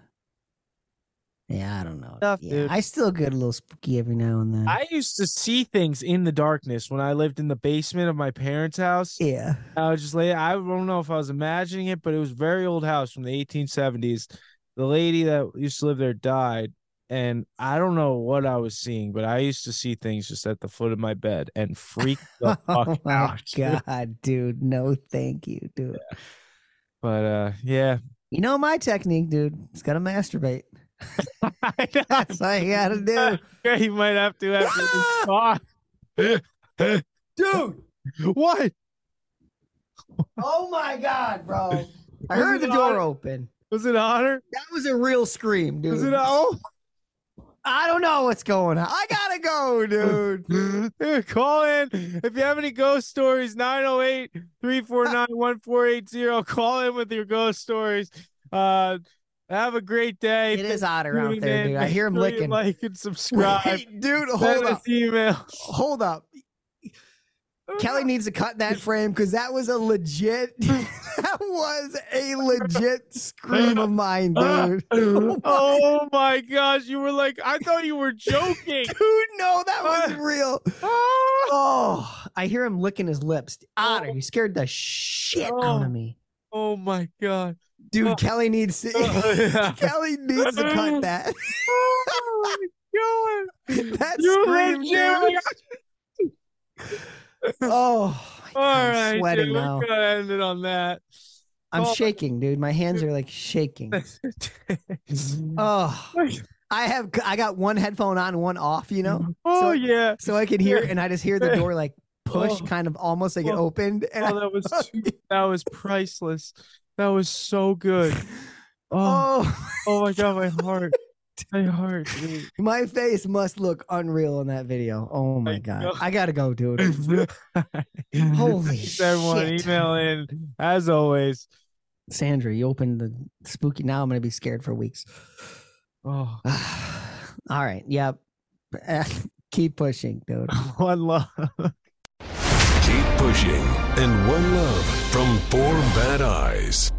Speaker 3: Yeah, I don't know.
Speaker 2: Tough,
Speaker 3: yeah,
Speaker 2: dude.
Speaker 3: I still get a little spooky every now and then.
Speaker 2: I used to see things in the darkness when I lived in the basement of my parents' house.
Speaker 3: yeah.
Speaker 2: I was just lay. I don't know if I was imagining it, but it was a very old house from the 1870s. The lady that used to live there died, and I don't know what I was seeing, but I used to see things just at the foot of my bed and freak the
Speaker 3: oh
Speaker 2: fuck
Speaker 3: my
Speaker 2: out. dude.
Speaker 3: god, dude. No, thank you, dude.
Speaker 2: But uh, yeah,
Speaker 3: You know my technique, dude. It's gotta masturbate.
Speaker 2: I know.
Speaker 3: That's all you gotta do.
Speaker 2: Yeah, you might have to after this talk.
Speaker 3: Dude!
Speaker 2: What?
Speaker 3: Oh my god, bro. I
Speaker 2: Was
Speaker 3: heard
Speaker 2: it
Speaker 3: the
Speaker 2: on?
Speaker 3: door open.
Speaker 2: Was it honor?
Speaker 3: That was a real scream, dude.
Speaker 2: Was it oh?
Speaker 3: I don't know what's going on. I gotta go, dude.
Speaker 2: Call in if you have any ghost stories 908 349 1480. Call in with your ghost stories. Uh, have a great day.
Speaker 3: It is otter
Speaker 2: Tune
Speaker 3: out there,
Speaker 2: in.
Speaker 3: dude. I
Speaker 2: Make
Speaker 3: hear him
Speaker 2: sure you
Speaker 3: licking.
Speaker 2: Like and subscribe.
Speaker 3: Wait, dude,
Speaker 2: Send
Speaker 3: hold
Speaker 2: us
Speaker 3: up.
Speaker 2: emails.
Speaker 3: Hold up. Kelly needs to cut that frame because that was a legit. that was a legit scream of mine, dude. Oh my-
Speaker 2: oh my gosh, you were like, I thought you were joking.
Speaker 3: dude, no, that was real.
Speaker 2: Ah!
Speaker 3: Oh, I hear him licking his lips. Otter, you scared the shit out
Speaker 2: Oh.
Speaker 3: of me,
Speaker 2: oh my god.
Speaker 3: dude.
Speaker 2: Oh.
Speaker 3: Kelly needs to. Kelly needs to cut that.
Speaker 2: oh my god.
Speaker 3: that
Speaker 2: You
Speaker 3: scream,
Speaker 2: legit-
Speaker 3: dude. Oh, my God,
Speaker 2: All
Speaker 3: I'm
Speaker 2: right,
Speaker 3: sweating
Speaker 2: dude,
Speaker 3: now.
Speaker 2: we're gonna end it on that.
Speaker 3: I'm
Speaker 2: Oh.
Speaker 3: shaking, dude. My hands are like shaking. Oh, I have I got one headphone on, one off, you know,
Speaker 2: oh
Speaker 3: so-
Speaker 2: yeah.
Speaker 3: so I can hear and I just hear the door like push,
Speaker 2: Oh.
Speaker 3: kind of almost like it
Speaker 2: Oh.
Speaker 3: opened, and
Speaker 2: Oh, that was too, that was priceless. That was so good.
Speaker 3: I,
Speaker 2: Oh,
Speaker 3: oh,
Speaker 2: oh my god, my heart. My heart. dude.
Speaker 3: My face must look unreal in that video. Oh my
Speaker 2: I
Speaker 3: god.
Speaker 2: know.
Speaker 3: I gotta go, dude. Holy
Speaker 2: Thanks, everyone.
Speaker 3: shit.
Speaker 2: Email in as always.
Speaker 3: Sandra, you opened the spooky now I'm gonna be scared for weeks.
Speaker 2: Oh,
Speaker 3: All right. Yep. Keep pushing, dude.
Speaker 2: one love.
Speaker 1: Keep pushing and one love from four bad eyes.